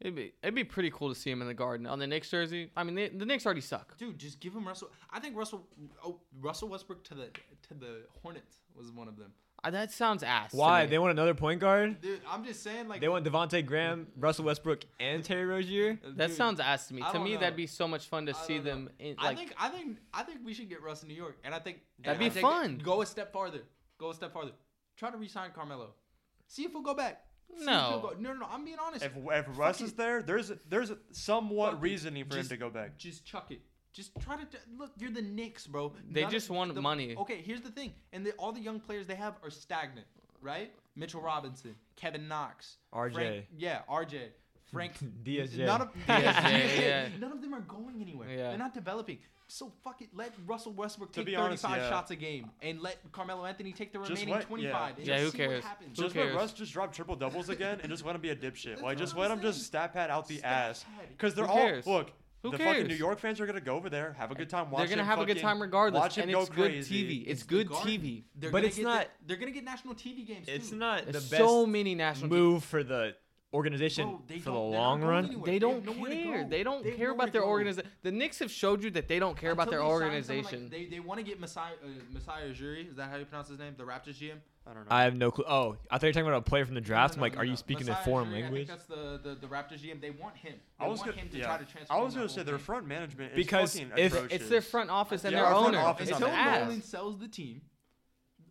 A: It'd be. It'd be pretty cool to see him in the Garden on the Knicks jersey. I mean, they, the Knicks already suck.
B: Dude, just give him Russell. I think Russell, oh, Russell Westbrook to the to the Hornets was one of them.
A: Uh, that sounds ass. to
D: Why?
A: me.
D: They want another point guard?
B: Dude, I'm just saying, like
D: They want Devonte Graham, Russell Westbrook, and Terry Rozier?
A: that
B: dude,
A: sounds ass to me.
B: I
A: To
B: don't
A: me,
B: know.
A: that'd be so much fun to
B: I
A: see
B: don't know.
A: them. In,
B: I
A: like,
B: think I think I think we should get Russ in New York, and I think
A: That'd
B: and
A: be
B: I think-
A: fun.
B: Go a step farther. Go a step farther. Try to re-sign Carmelo. See if he'll go back. See if he'll
A: No.
B: go- no, no, no. I'm being honest.
C: If if Russ is
B: it.
C: there, there's there's
B: Fuck
C: somewhat
B: it.
C: reasoning for him
B: Just-
C: to go back.
B: just chuck it. Just try to look. You're the Knicks, bro.
A: They
B: None
A: just
B: of
A: want
B: the-
A: money.
B: Okay, here's the thing, and the, all the young players they have are stagnant, right? Mitchell Robinson, Kevin Knox,
D: RJ.
B: Frank, yeah, RJ, Frank,
D: DSJ.
B: None of,
A: DSJ, yeah.
B: none of them are going anywhere.
A: Yeah.
B: They're not developing. So fuck it. Let Russell Westbrook
C: To
B: take
C: be
B: 35
C: honest, yeah.
B: shots a game, and let Carmelo Anthony take the
C: Just
B: remaining
C: what- yeah.
B: 25. and
A: Yeah,
B: just
A: who
B: see
A: cares?
B: What happens.
A: Who
C: Just
A: cares?
C: let Russ just drop triple doubles again, and just let him be a dipshit. Like
B: That's
C: just
B: what
C: let
B: I'm
C: him just
B: saying.
C: stat pad out the
B: Stat
C: ass,
B: pad.
C: because they're
A: Who
C: all
A: cares?
C: look.
A: Who
C: the fucking New
A: cares?
C: York fans are gonna go over there, have a good time. Watch
A: they're gonna
C: him
A: have a good
C: fucking-
A: time regardless,
C: Watch him
A: and
C: go
A: it's
C: crazy.
A: good TV. It's,
B: the
A: good
B: Garden.
A: TV.
B: They're
D: But
B: gonna
D: it's
B: get
D: not-
B: the- they're gonna get national TV games.
D: It's
B: too.
D: not the
A: There's
D: best
A: so many national.
D: move for the organization
B: Bro, they
D: for the
B: don't- they're not
D: long
B: going
D: run.
B: anywhere.
A: They
B: They have
A: don't
B: nowhere to
A: care.
B: go.
A: They don't
B: They have
A: care
B: nowhere
A: about
B: to
A: their
B: go.
A: organization. The Knicks have showed you that they don't care about their
B: Until they sign someone like-
A: organization.
B: they they want to get Messiah uh, Messiah Ujiri. Is that how you pronounce his name? The Raptors GM.
C: I don't know.
D: I have no clue. Oh, I thought you were talking about a player from the draft.
B: No, no,
D: I'm like,
B: no,
D: are
B: no.
D: you speaking
B: Masai
D: a foreign
B: Ujiri,
D: language?
B: I think that's the, the, the Raptors GM. They want him. They
C: I was
B: want
C: gonna,
B: him to
C: yeah.
B: try to transform
C: I was
B: that
C: gonna
B: whole
C: say their
B: thing.
C: front management is
D: Because
C: fucking
D: if-
C: atrocious.
A: it's their front office and
C: Yeah,
A: their
C: our front
A: owner.
C: office
A: it's
C: on
B: Until
A: an
C: that.
A: ass.
B: Nolan sells the team,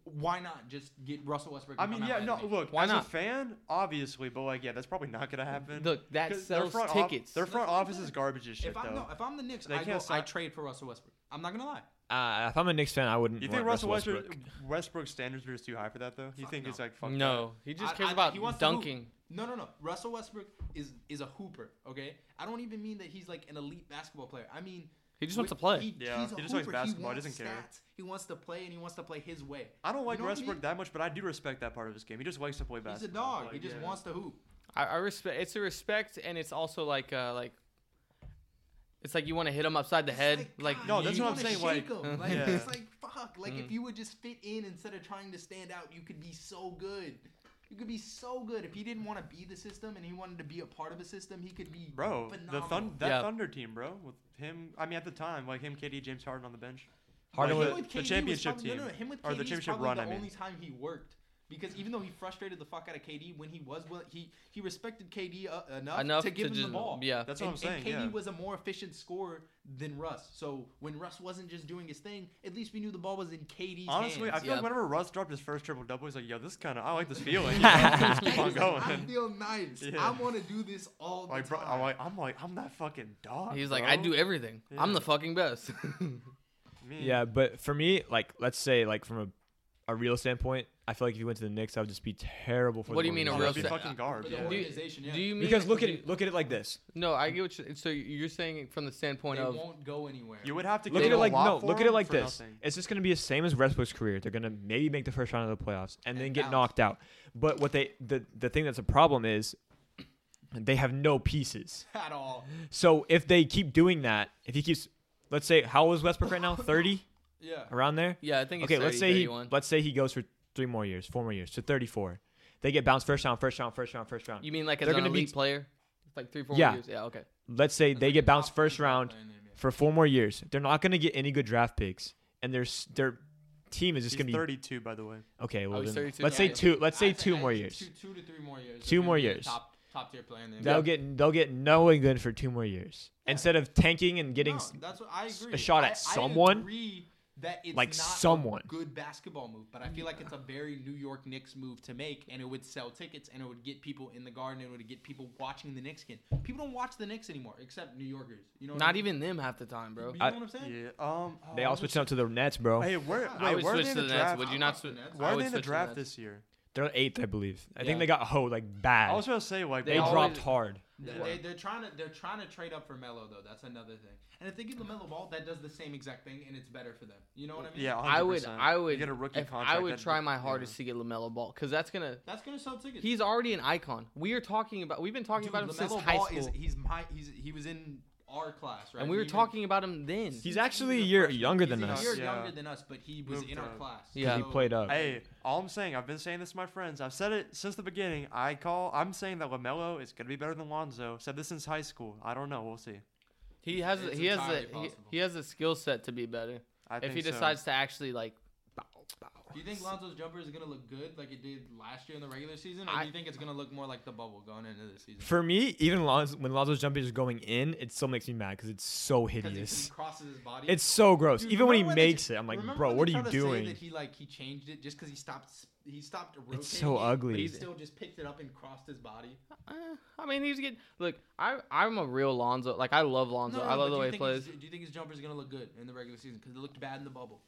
B: why not just get Russell Westbrook?
C: I
B: and
C: mean,
B: come
C: yeah,
B: out
C: no.
B: and make-
C: Look,
A: Why
C: as
A: not?
C: a fan, obviously, but like, yeah, that's probably not gonna happen.
A: Look, that
C: 'Cause their
A: sells
C: front off-
A: tickets.
C: their front
B: That's what I'm
C: office is
B: saying.
C: garbage as shit,
B: If I'm
C: though.
B: no, if I'm the Knicks,
C: They
B: I, go,
C: can't
B: I
C: sign-
B: trade for Russell Westbrook. I'm not gonna lie.
D: Uh, if I'm a Knicks fan, I wouldn't.
C: You
D: want
C: think Russell
D: Westbrook.
C: Westbrook Westbrook's standards are just too high for that though? You
B: Fuck
C: think
B: no.
C: it's like fuck
A: no, he just
B: I-
A: cares
B: I-
A: about
B: he wants to hoop.
A: dunking.
B: No, no, no. Russell Westbrook is is a hooper. Okay, I don't even mean that he's like an elite basketball player. I mean
A: He just wants to
B: with-
A: play.
C: Yeah,
B: he's a
C: he just likes
B: hooper.
C: basketball. He
B: wants
C: doesn't care.
B: stats. He wants to play and he wants to play his way.
C: that? I don't like
B: know what I
C: Westbrook
B: mean?
C: that much, but I do respect that part of his game. He just likes to play
B: He's
C: basketball.
B: a dog.
C: Like,
B: he just
C: yeah.
B: wants to hoop.
A: I, I respect. It's a respect, and it's also like uh like. It's like you want to hit him upside the
B: It's
A: head. Like,
B: God,
C: No,
B: you
C: that's
A: you-
C: what I'm
B: wanna
C: saying,
B: shake
C: like-
B: 'em. like
C: Yeah.
B: it's like fuck. Like
A: Mm.
B: if you would just fit in instead of trying to stand out, you could be so good. You could be so good. If he didn't want to be the system and he wanted to be a part of a system, he could be
C: Bro,
B: Phenomenal.
C: the thun- that
A: Yeah.
C: Thunder team, bro, with him. I mean, at the time, like him, KD, James Harden on the bench.
D: Harden
C: like,
B: Him
C: the-
B: with
C: the
B: KD was
C: championship
B: probably-
C: team
B: No, no, him with
C: or
B: KD
C: the
B: is
C: championship
B: probably
C: run.
B: The
C: I mean,
B: only time he worked because even though he frustrated the fuck out of KD when he was well, he he respected KD uh, enough,
A: enough
B: to give him
A: just
B: the ball.
A: yeah.
C: that's what
B: and,
C: I'm
B: And
C: saying.
B: KD
C: Yeah.
B: was a more efficient scorer than Russ. So when Russ wasn't just doing his thing, at least we knew the ball was in KD's
C: Honestly, I
B: hands.
C: feel
A: Yeah.
C: like whenever Russ dropped his first triple double, he's like, "Yo, this kind of I like this feeling. You know?
B: Yes,
C: Just keep
B: I
C: on going."
B: feel nice.
C: Yeah.
B: I want to do this all the
C: Like, bro,
B: time.
C: I'm like, I'm like, I'm that fucking dog.
A: He's like,
C: bro.
A: I do everything. I'm
C: Yeah.
A: the fucking best.
C: Me.
D: Yeah, but for me, like, let's say, like, from a, a real standpoint, I feel like if you went to the Knicks, I would just be terrible for.
A: What
D: the
A: do you mean a
C: Oh,
A: real
C: that'd be
A: sta-
C: fucking
B: For
C: garbage.
B: the
C: yeah.
B: organization, yeah.
A: Do you mean
D: Because look at
A: do you-
D: it, look at it like this.
A: No, I get what you. So you're saying from the standpoint
B: they
A: of
B: won't go anywhere.
C: You would have to
D: Look
C: give
D: at it
C: a
D: like
C: lot
D: no.
C: for
D: Look at
C: him
D: it like
C: for
D: this.
C: nothing.
D: It's just gonna be the same as Westbrook's career. They're gonna maybe make the first round of the playoffs and, then
B: And
D: get
B: bounce.
D: knocked out. But what they the the thing that's a problem is they have no pieces.
B: at all.
D: So if they keep doing that, if he keeps, let's say, how old is Westbrook right now? Thirty
B: Yeah.
D: around there.
A: yeah, I think it's
D: Okay, let's say he
A: 31.
D: let's say he goes for three more years, four more years, to thirty four. They get bounced first round, first round, first round, first round.
A: You mean like as
D: They're
A: an
D: gonna be
A: elite player, like three, four
D: Yeah.
A: years? Yeah, okay.
D: let's say they
B: like a
D: get bounced
B: top three
D: first round
B: player in the NBA.
D: for four more years. They're not going to get any good draft picks, and their s- their team is just
C: He's
D: going to be
C: 32, by the way.
D: okay. Well,
A: he's
D: then,
A: 32
D: let's
A: now,
D: say
A: yeah.
D: two. Let's say
B: I'd
D: two
B: I'd
D: more
B: say
D: years.
B: Ah, Two, two to three more years.
D: Two
B: They're
D: more
B: gonna be in the
D: years.
B: Top top tier player in the NBA.
D: They'll get they'll get no England for two more years instead of tanking and getting.
B: No,
D: s-
B: that's what I
D: s- a
B: agree.
D: shot at
B: I- I
D: someone,
B: agree that it's
D: like
B: not
D: someone.
B: a good basketball move, but I feel like it's a very New York Knicks move to make, and it would sell tickets, and it would get people in the garden, and it would get people watching the Knicks again. People don't watch the Knicks anymore, except New Yorkers. You know, what I
A: Not
B: mean?
A: even them half the time, bro.
B: You
A: I,
B: know what I'm saying?
C: Yeah. Um.
D: they all switched up to the Nets, bro.
C: Hey, where?
B: I
C: Wait,
A: would
C: where are
A: switch
C: they in
A: to
C: the
A: the Nets.
C: draft?
A: Would
B: I
A: you not?
B: like
A: Sw-
B: the Nets.
A: I
C: Where are
A: would
C: they in the
A: switch to
C: draft
A: Nets.
C: this year?
D: They're eighth, I believe. I
A: Yeah.
D: think they got hoed like bad.
C: I was gonna say like
D: they
A: They
C: dropped.
D: dropped
A: always-
D: hard.
B: They,
A: Yeah.
B: they, they're trying to they're trying to trade up for Melo though. That's another thing. And if they give Lamelo Ball, that does the same exact thing, and it's better for them. You know what I mean?
C: Yeah, 100%.
A: I would. I
C: You
A: would.
C: get a rookie
A: if
C: contract.
A: I would
C: that'd
A: try
C: be-
A: my
C: yeah.
A: hardest to get Lamelo Ball because that's gonna.
B: That's gonna sell tickets.
A: He's already an icon. We are talking about. We've been talking
B: Dude,
A: about him since
B: LaMelo
A: high
B: Ball
A: school,
B: Is, he's my he's he was in our class, right?
A: and we were
B: He was-
A: talking about him then.
D: He's actually a year
B: freshman.
D: younger
B: He's
D: than
B: a
D: us.
B: year
C: Yeah.
B: younger than us, but he was
C: Moved
B: in our
C: up.
B: class.
A: Yeah.
D: He played up.
C: Hey, all I'm saying, I've been saying this to my friends. I've said it since the beginning. I call. I'm saying that Lamelo is gonna be better than Lonzo. Said this since high school. I don't know. We'll see.
A: he has.
B: It's
A: He has. A,
B: entirely
A: he,
B: possible.
A: he has a skill set to be better
C: I
A: if
C: think
A: he
C: so.
A: decides to actually like. bow, bow.
B: Do you think Lonzo's jumper is gonna look good like it did last year in the regular season, or
A: I-
B: do you think it's gonna look more like the bubble going into the season?
D: For me, even Lonzo, when Lonzo's jumper is going in, it still makes me mad because it's so
B: 'Cause he- 'cause
D: hideous.
B: he crosses his body.
D: It's so gross.
B: Dude,
D: even when he
B: remember they-
D: makes it, I'm like,
B: remember
D: bro,
B: when
D: what are
B: they
D: you
B: tried to say
D: doing?
B: That he like he changed it just because he stopped. He stopped. Rotating
D: It's so
B: it, but
D: ugly.
B: he still just picked it up and crossed his body.
A: Eh, I mean, he's getting. Look, I I'm a real Lonzo. Like I love Lonzo. I love
B: but
A: the
B: do
A: way
B: you
A: he
B: think his-
A: plays.
B: Do you think his jumper is gonna look good in the regular season? Because it looked bad in the bubble.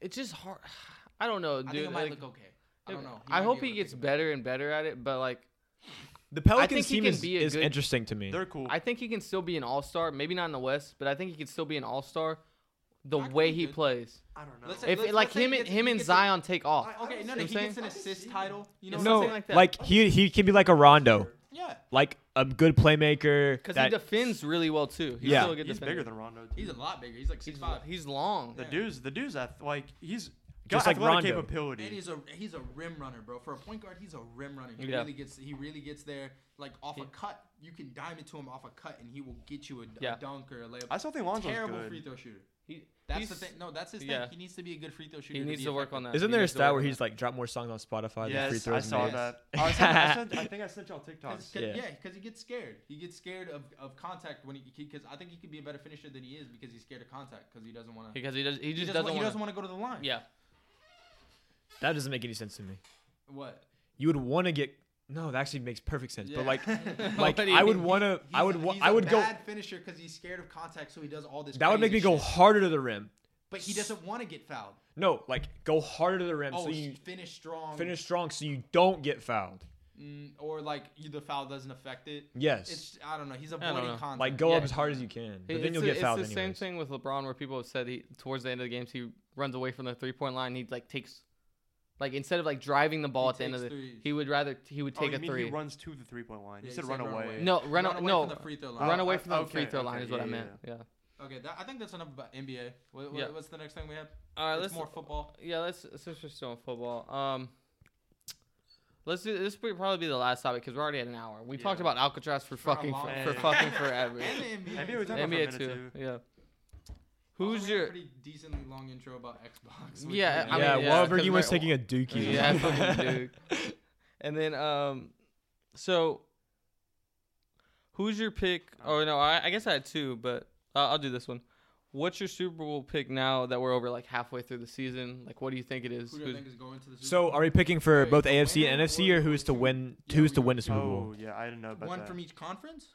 A: It's just hard. I don't know,
B: I
A: dude.
B: think it might
A: like,
B: look okay. I don't know.
A: I
B: might
A: hope
B: be
A: he
B: able to
A: gets
B: pick it up.
A: better and better at it, but like
D: the
A: think
D: Pelicans
A: he
D: team
A: can
D: is,
A: be a
D: is
A: good-
D: interesting to me.
C: They're cool.
A: I think he can still be an all star. Maybe not in the West, but I think he can still be an all star. The
B: I could
A: way
B: be
A: he
B: good.
A: plays,
C: I don't know.
B: Let's say-
A: if like
B: let's say
A: him
B: he
A: and
B: gets-
A: him
B: he
A: and
B: gets a-
A: Zion take off,
C: I-
B: Okay, no,
A: I'm
B: no, he
A: saying-
B: gets an assist title. You know,
A: It's
B: what I'm
D: no,
A: something
B: saying?
A: like
D: like,
A: that.
D: he he can be like a Rondo,
B: yeah,
D: like a good playmaker.
A: because he
D: that-
A: defends really well too. He's
D: Yeah.
A: still a good
C: he's
A: defender.
C: bigger than Rondo. Too.
B: he's a lot bigger. He's like six
A: he's,
B: five.
A: he's long.
C: the
B: yeah.
C: dude's the dude's ath- like he's got
D: Just like
C: athletic
D: Rondo.
C: capability.
B: And he's a he's a rim runner, bro. For a point guard, he's a rim runner. He
A: Yeah.
B: really gets he really gets there like off a cut. You can dime it to him off a cut, and he will get you a, d- a
A: Yeah.
B: dunk or a layup.
C: I still think Lonzo's
B: Terrible
C: good.
B: free throw shooter.
A: He,
B: That's the
A: he's-
B: thing. No, that's his
A: yeah.
B: thing. He needs to be a good free throw shooter.
A: He needs to work on that.
D: Isn't
A: uh, He
D: there a
A: needs to
D: stat
A: work
D: where
A: on
D: he's like drop more songs on Spotify than free
C: Yes, I
D: throws?
C: saw
D: made?
C: that.
B: Yes.
C: Oh, I, sent, I, sent, I think I sent y'all TikToks.
B: Cause,
D: Yeah.
B: yeah, because he gets scared. He gets scared of, of contact when he because I think he could be a better finisher than he is because he's scared of contact because he doesn't want to.
A: because he does. He
B: He
A: just
B: doesn't. wa-
A: doesn't
B: He doesn't
A: want.
B: want to go to the line.
A: Yeah,
D: That doesn't make any sense to me.
B: What?
D: You would want to get no, that actually makes perfect sense. But like,
A: What
D: like
A: do you
D: I would
A: mean?
D: want to, I
B: He's
D: would,
B: a-
D: wa-
B: he's
D: I
B: a
D: would go.
B: bad finisher because he's scared of contact, so he does all this.
D: That would make
B: crazy
D: me go
B: shit.
D: harder to the rim.
B: But he doesn't want to get fouled.
D: No, like go harder to the rim
B: Oh,
D: so you
B: finish strong.
D: finish strong so you don't get fouled.
B: Mm, or like you, the foul doesn't affect it.
D: Yes.
B: It's I don't know. He's
A: don't
B: avoiding
A: know.
B: contact.
D: like go up
A: yeah.
D: as hard as you can, but
A: It-
D: then
A: it's
D: you'll
A: the-
D: get fouled
A: It's the same
D: anyways.
A: thing with LeBron, where people have said he towards the end of the games he runs away from the three point line. He like takes, like instead of like driving the ball
B: He
A: at the end of the,
B: takes threes.
A: he would rather he would
C: Oh,
A: take
C: you
A: a
C: mean
A: three.
C: He runs to the three point line.
B: Yeah,
C: you said run away.
A: no, run,
B: Run away
A: no,
B: from the free throw line.
A: Run
C: Oh,
A: away
C: I-
A: from the free
C: okay,
A: throw line
C: okay,
A: is what I
C: yeah,
A: meant. Yeah.
B: Okay, that, I think that's enough about NBA. What, what,
A: Yeah.
B: What's the next thing we have?
A: All right,
B: It's
A: let's
B: more football.
A: yeah let's since we're still in football. Um, let's do this. Would probably be the last topic because we're already at an hour. We talked
C: Yeah.
A: about Alcatraz for,
B: For a
A: fucking
B: long
A: for,
C: time.
A: for fucking forever.
B: And the NBA.
C: NBA, we talked about for a
A: NBA
C: minute,
A: too.
C: too.
A: Yeah.
B: Well,
A: Who's
B: we had a
A: your
B: pretty decently long intro about Xbox? which
A: Yeah,
B: we-
A: I mean,
D: yeah,
A: yeah,
D: Wahlberg,
A: 'cause
D: you was
A: we're-
D: taking a dookie.
A: Yeah, fucking Duke. And then, um, so who's your pick? Oh no, I, I guess I had two, but uh, I'll do this one. What's your Super Bowl pick now that we're over like halfway through the season? Like, what do you think it is?
B: Who do
A: Who's-
B: you think is going to the Super
D: So
B: Bowl?
D: are we picking for
B: Wait,
D: both
B: the
D: AFC and
B: winner
D: NFC, or
B: or
D: who's to
B: the-
D: win?
B: Yeah,
D: who's
B: we
D: to
B: go
D: win the Super Bowl?
C: Oh yeah, I didn't know about
B: one
C: that.
B: from each conference?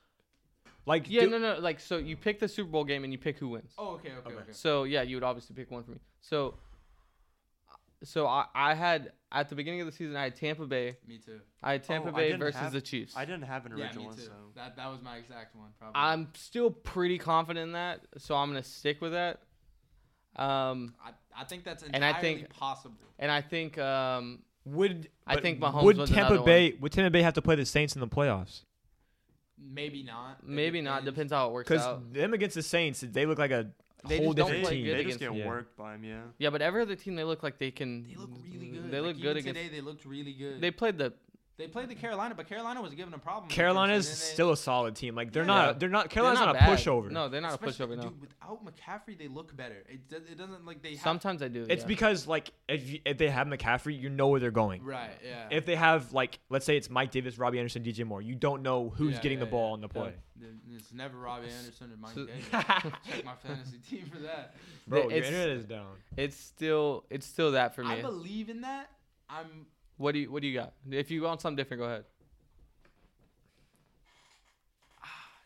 D: Like,
A: yeah,
D: do-
A: no, no, like so you pick the Super Bowl game and you pick who wins.
B: Oh, okay, okay,
D: Okay.
B: okay.
A: So yeah, you would obviously pick one for me. So, so I, I had at the beginning of the season I had Tampa Bay,
B: Me too.
A: I had Tampa
C: I
A: Bay
C: didn't
A: versus
C: have-
A: the Chiefs.
C: I didn't have an
B: Yeah,
C: original
B: me
C: one,
B: too.
C: so
B: That that was my exact one. Probably.
A: I'm still pretty confident in that, so I'm gonna stick with that. Um,
B: I, I think that's
A: And I
B: entirely
A: think-
B: possible.
A: and I think um,
D: would
A: I
D: but
A: think Mahomes
D: would
A: was another
D: Tampa
A: one.
D: Bay would Tampa Bay have to play the Saints in the playoffs?
B: Maybe not. It
A: maybe not. Depends how it works
D: Because
A: out.
D: them against the Saints, they look like a
A: They
D: whole
A: just don't
D: different
A: play
D: team.
A: good
C: they just get
A: against-
D: yeah.
C: worked by him. Yeah.
A: Yeah, but every other team they look like they can.
B: They look really good.
A: They
B: Like,
A: look
B: even
A: good against.
B: today. They looked really good.
A: They played the
B: They played the Carolina, but Carolina was giving a problem.
D: Carolina is
B: And then they-
D: still a solid team. Like they're
B: Yeah.
D: not. They're not.
A: They're
D: Carolina's not, a
A: bad.
D: pushover.
A: No, they're not a
B: especially-
A: pushover. No.
B: Dude, without McCaffrey, they look better. It, does, it doesn't like they have,
A: Sometimes I do.
D: It's
A: yeah.
D: because like if, you, if they have McCaffrey, you know where they're going.
B: right. Yeah.
D: If they have like let's say it's Mike Davis, Robbie Anderson, DJ Moore, you don't know who's
B: Yeah,
D: getting
B: yeah,
D: the ball
B: yeah.
D: on the
A: Yeah.
D: play.
B: The- It's never Robbie Anderson or Mike
A: So-
B: Davis. Check my fantasy team for that.
D: Bro, your
A: it's-
D: internet is down.
A: it's still it's still that for
B: I
A: me.
B: believe in that. I'm.
A: What do you what do you got? If you want something different, go ahead.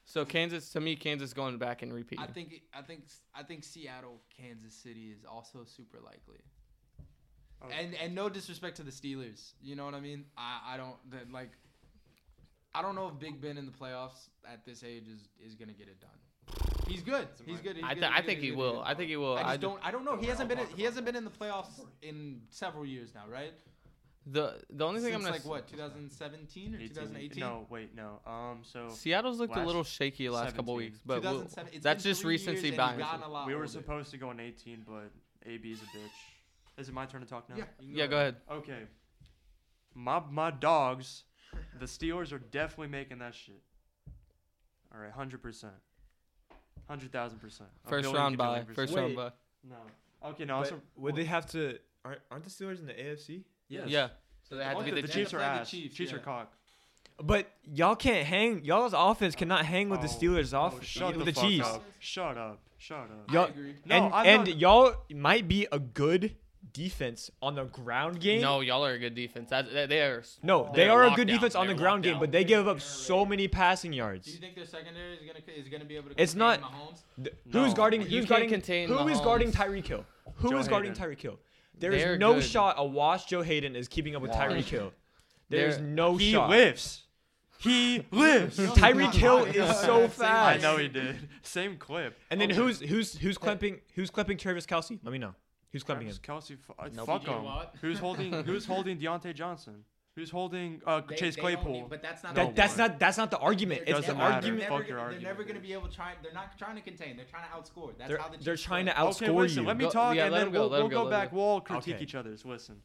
A: So Kansas to me, Kansas going back and repeat.
B: I think. it- I think. I think Seattle, Kansas City is also super likely.
C: Oh.
B: And and no disrespect to the Steelers. You know what I mean? I I don't that, like. I don't know if Big Ben in the playoffs at this age is is gonna get it done. He's good. He's good. He's
A: I, th-
B: good, he's
A: I
B: good,
A: think he
B: he's good, he's
A: will.
B: good.
A: I think he will.
B: I
A: I
B: just
A: d-
B: don't. I don't know. He hasn't been.
C: I'll
B: in-
C: talk
B: He
C: about
B: hasn't been in the playoffs in several years now, right?
A: the the only thing
B: Since
A: I'm gonna
B: like
A: s-
B: what 2017 or 2018.
C: No, wait, no. Um, so
A: Seattle's looked a
C: Last
A: little shaky the last couple
C: 17.
A: weeks, but we'll-
B: 2007 it's
A: that's
B: been
A: just
B: three years
A: recency
B: and he's
A: bias.
B: gotten a lot
C: we were
B: older.
C: supposed to go in 18, but AB is a bitch. Is it my turn to talk now?
B: Yeah, you can
A: yeah, go ahead.
C: Okay. My my dogs, the Steelers are definitely making that shit. All right, hundred percent, hundred thousand percent.
A: First round bye. First round
D: Wait.
A: bye.
C: No. Okay. No. Also,
D: would they have to? Aren't, aren't the Steelers in the AFC?
C: Yes.
A: Yeah. So they had
B: Oh,
A: to
C: the,
A: get
C: the
A: the,
B: they
C: Chiefs are
B: play the
C: ass. Chiefs,
B: Chiefs,
C: are
B: yeah.
C: cock.
D: But y'all can't hang. Y'all's offense cannot hang with the
C: Oh,
D: Steelers'
C: oh,
D: off
C: shut
D: with
C: the,
D: the,
C: fuck
D: Chiefs.
C: Up. Shut up. Shut up.
B: I
D: Y'all-
B: agree.
C: No,
D: and
C: I'm
D: and
C: not-
D: y'all might be a good defense on the ground game.
A: No, y'all are a good defense. That's, they, they are. s-
D: No, they
A: They're
D: are a
A: locked
D: good
A: down.
D: defense on the
A: They're
D: ground
A: locked
D: game,
A: down.
D: but they give up so many passing
B: Do you
D: yards.
B: think their secondary is gonna is gonna be able to?
D: It's
B: contain
D: not-
B: Mahomes?
D: Th-
C: No.
D: Who's guarding?
A: You
D: Who's
A: can't
D: guarding?
A: contain
D: Who is guarding
A: Mahomes.
D: Tyreek Hill? Who
C: Joe
D: is guarding
C: Hayden.
D: Tyreek Hill? There is
A: They're
D: no
A: good.
D: shot a washed Joe Hayden is keeping up with
C: Why?
D: Tyreek Hill. There is
A: They're-
D: no
C: he
D: shot.
C: lives. He lives.
B: No, he's
D: Tyreek
B: not
D: Hill
B: lying.
D: is so
B: Same
D: fast.
C: I
B: thing.
C: know he did. Same clip. Oh,
D: And then
B: Okay.
D: who's who's who's clamping who's clamping Travis Kelsey? Let me know. Who's clamping him?
C: Travis Kelsey, fu- uh,
A: Nope.
C: fuck
B: You know
C: him.
B: what?
C: Who's holding? Who's holding Deontay Johnson? Who's holding uh,
B: They-
C: Chase
B: they don't need-
C: Claypool?
B: but that's not.
C: No
D: That, that's
C: one.
D: not that's not the argument. It's the
C: Doesn't matter.
D: argument.
B: They're never,
C: Fuck your
B: gonna-
C: argument,
B: They're never going to
C: dude.
B: be able to try. They're not trying to contain. They're trying to outscore. That's
D: They're,
B: how the
D: they're
B: Chiefs
D: trying to
B: play.
D: outscore
C: okay, listen,
D: you.
C: let me
A: Go-
C: talk,
A: yeah,
C: and
A: let
C: then
A: him go,
C: we'll,
A: let him
C: we'll
A: go,
C: go,
A: let him
C: back.
A: go.
C: We'll critique
D: Okay.
C: each other's. Listen,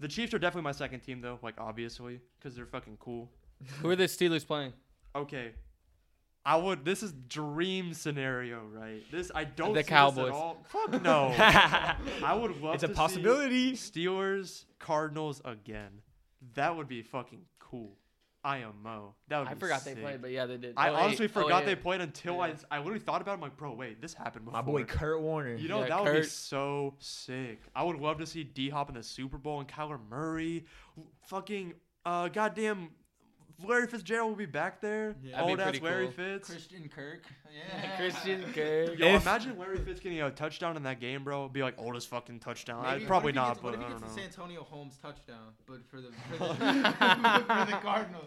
C: the Chiefs are definitely my second team, though. Like obviously, because they're fucking cool.
A: Who are the Steelers playing?
C: Okay, I would. This is dream scenario, right? This I don't.
A: The
C: see
A: Cowboys.
C: This at all. Fuck no. I would love.
D: it's a
C: to see
D: possibility.
C: Steelers Cardinals again. That would be fucking cool. I am Mo. That would
A: I
C: be
A: forgot they
C: sick.
A: played, but yeah, they did.
C: I
A: Oh, eight.
C: honestly
A: Oh,
C: forgot
A: yeah.
C: they played until
A: Yeah.
C: I I literally thought about it. I'm like, bro, wait, this happened before.
D: My boy Kurt Warner.
C: You know
A: Yeah,
C: that would be
A: Kurt.
C: so sick. I would love to see D Hop in the Super Bowl and Kyler Murray, fucking uh, goddamn. Larry Fitzgerald will be back there.
B: Yeah.
C: Oh,
A: That'd be
C: that's
A: pretty
C: Larry
A: cool.
C: Fitz.
B: Christian Kirk. Yeah.
A: Christian
C: Yo,
A: Kirk.
D: If-
C: imagine Larry Fitz getting a touchdown in that game, bro. It'd be like oldest fucking touchdown.
B: Maybe-
C: I'd probably
B: what if he
C: not,
B: gets-
C: but
B: what
C: I
B: if he
C: don't
B: gets
C: know.
B: the Santonio Holmes touchdown, but for the for the, for the Cardinals?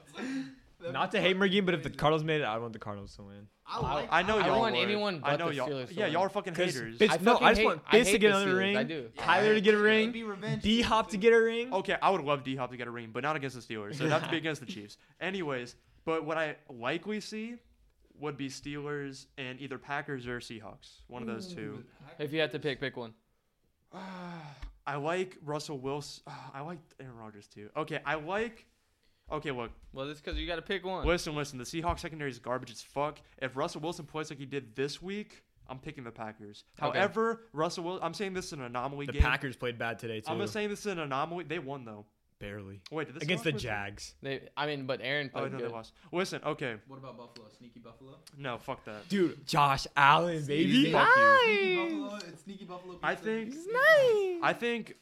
B: That'd
D: Not
B: be
D: to hate Mergin, but if the
B: crazy.
D: Cardinals made it, I want the Cardinals to win.
B: I,
A: I-
B: like,
C: I know
A: I
C: y'all.
A: want
C: would.
A: anyone
C: I
A: but
C: know
A: the
C: y'all.
A: Steelers to
C: yeah,
A: win.
C: y'all are fucking
D: 'Cause
C: haters.
D: Fitz- no,
A: fucking
D: I just
A: hate-
D: want
A: I
D: Fitz to
A: hate
D: get
A: the
D: another
A: Steelers,
D: ring.
A: I do.
D: Tyler to get a
B: It'd
D: ring.
B: be revenge.
D: D Hop to get a ring.
C: Okay, I would love D Hop to get a ring, but not against the Steelers. So that'd be against the Chiefs. Anyways, but what I likely see would be Steelers and either Packers or Seahawks. One of those two.
A: If you had to pick, pick one.
C: I like Russell Wilson. I like Aaron Rodgers too. Okay, I like. Okay, look,
A: Well, it's because you got to pick one.
C: listen, listen. The Seahawks secondary is garbage as fuck. If Russell Wilson plays like he did this week, I'm picking the Packers.
A: Okay.
C: However, Russell Wilson, I'm saying this is an anomaly
D: The
C: game.
D: Packers played bad today too.
C: I'm just saying this is an anomaly. They won though.
D: barely
C: Wait, did the
D: against the
C: Seahawks win?
D: Jags.
A: They, I mean, but Aaron
C: Oh
A: played
C: no, they
A: good.
C: lost. Listen, okay,
B: What about Buffalo? Sneaky Buffalo.
C: no, fuck that.
D: Dude, Josh Allen, baby.
C: Fuck you.
B: Sneaky Buffalo. It's sneaky Buffalo.
C: I
B: pizza.
C: think-
B: Sneaky
C: I think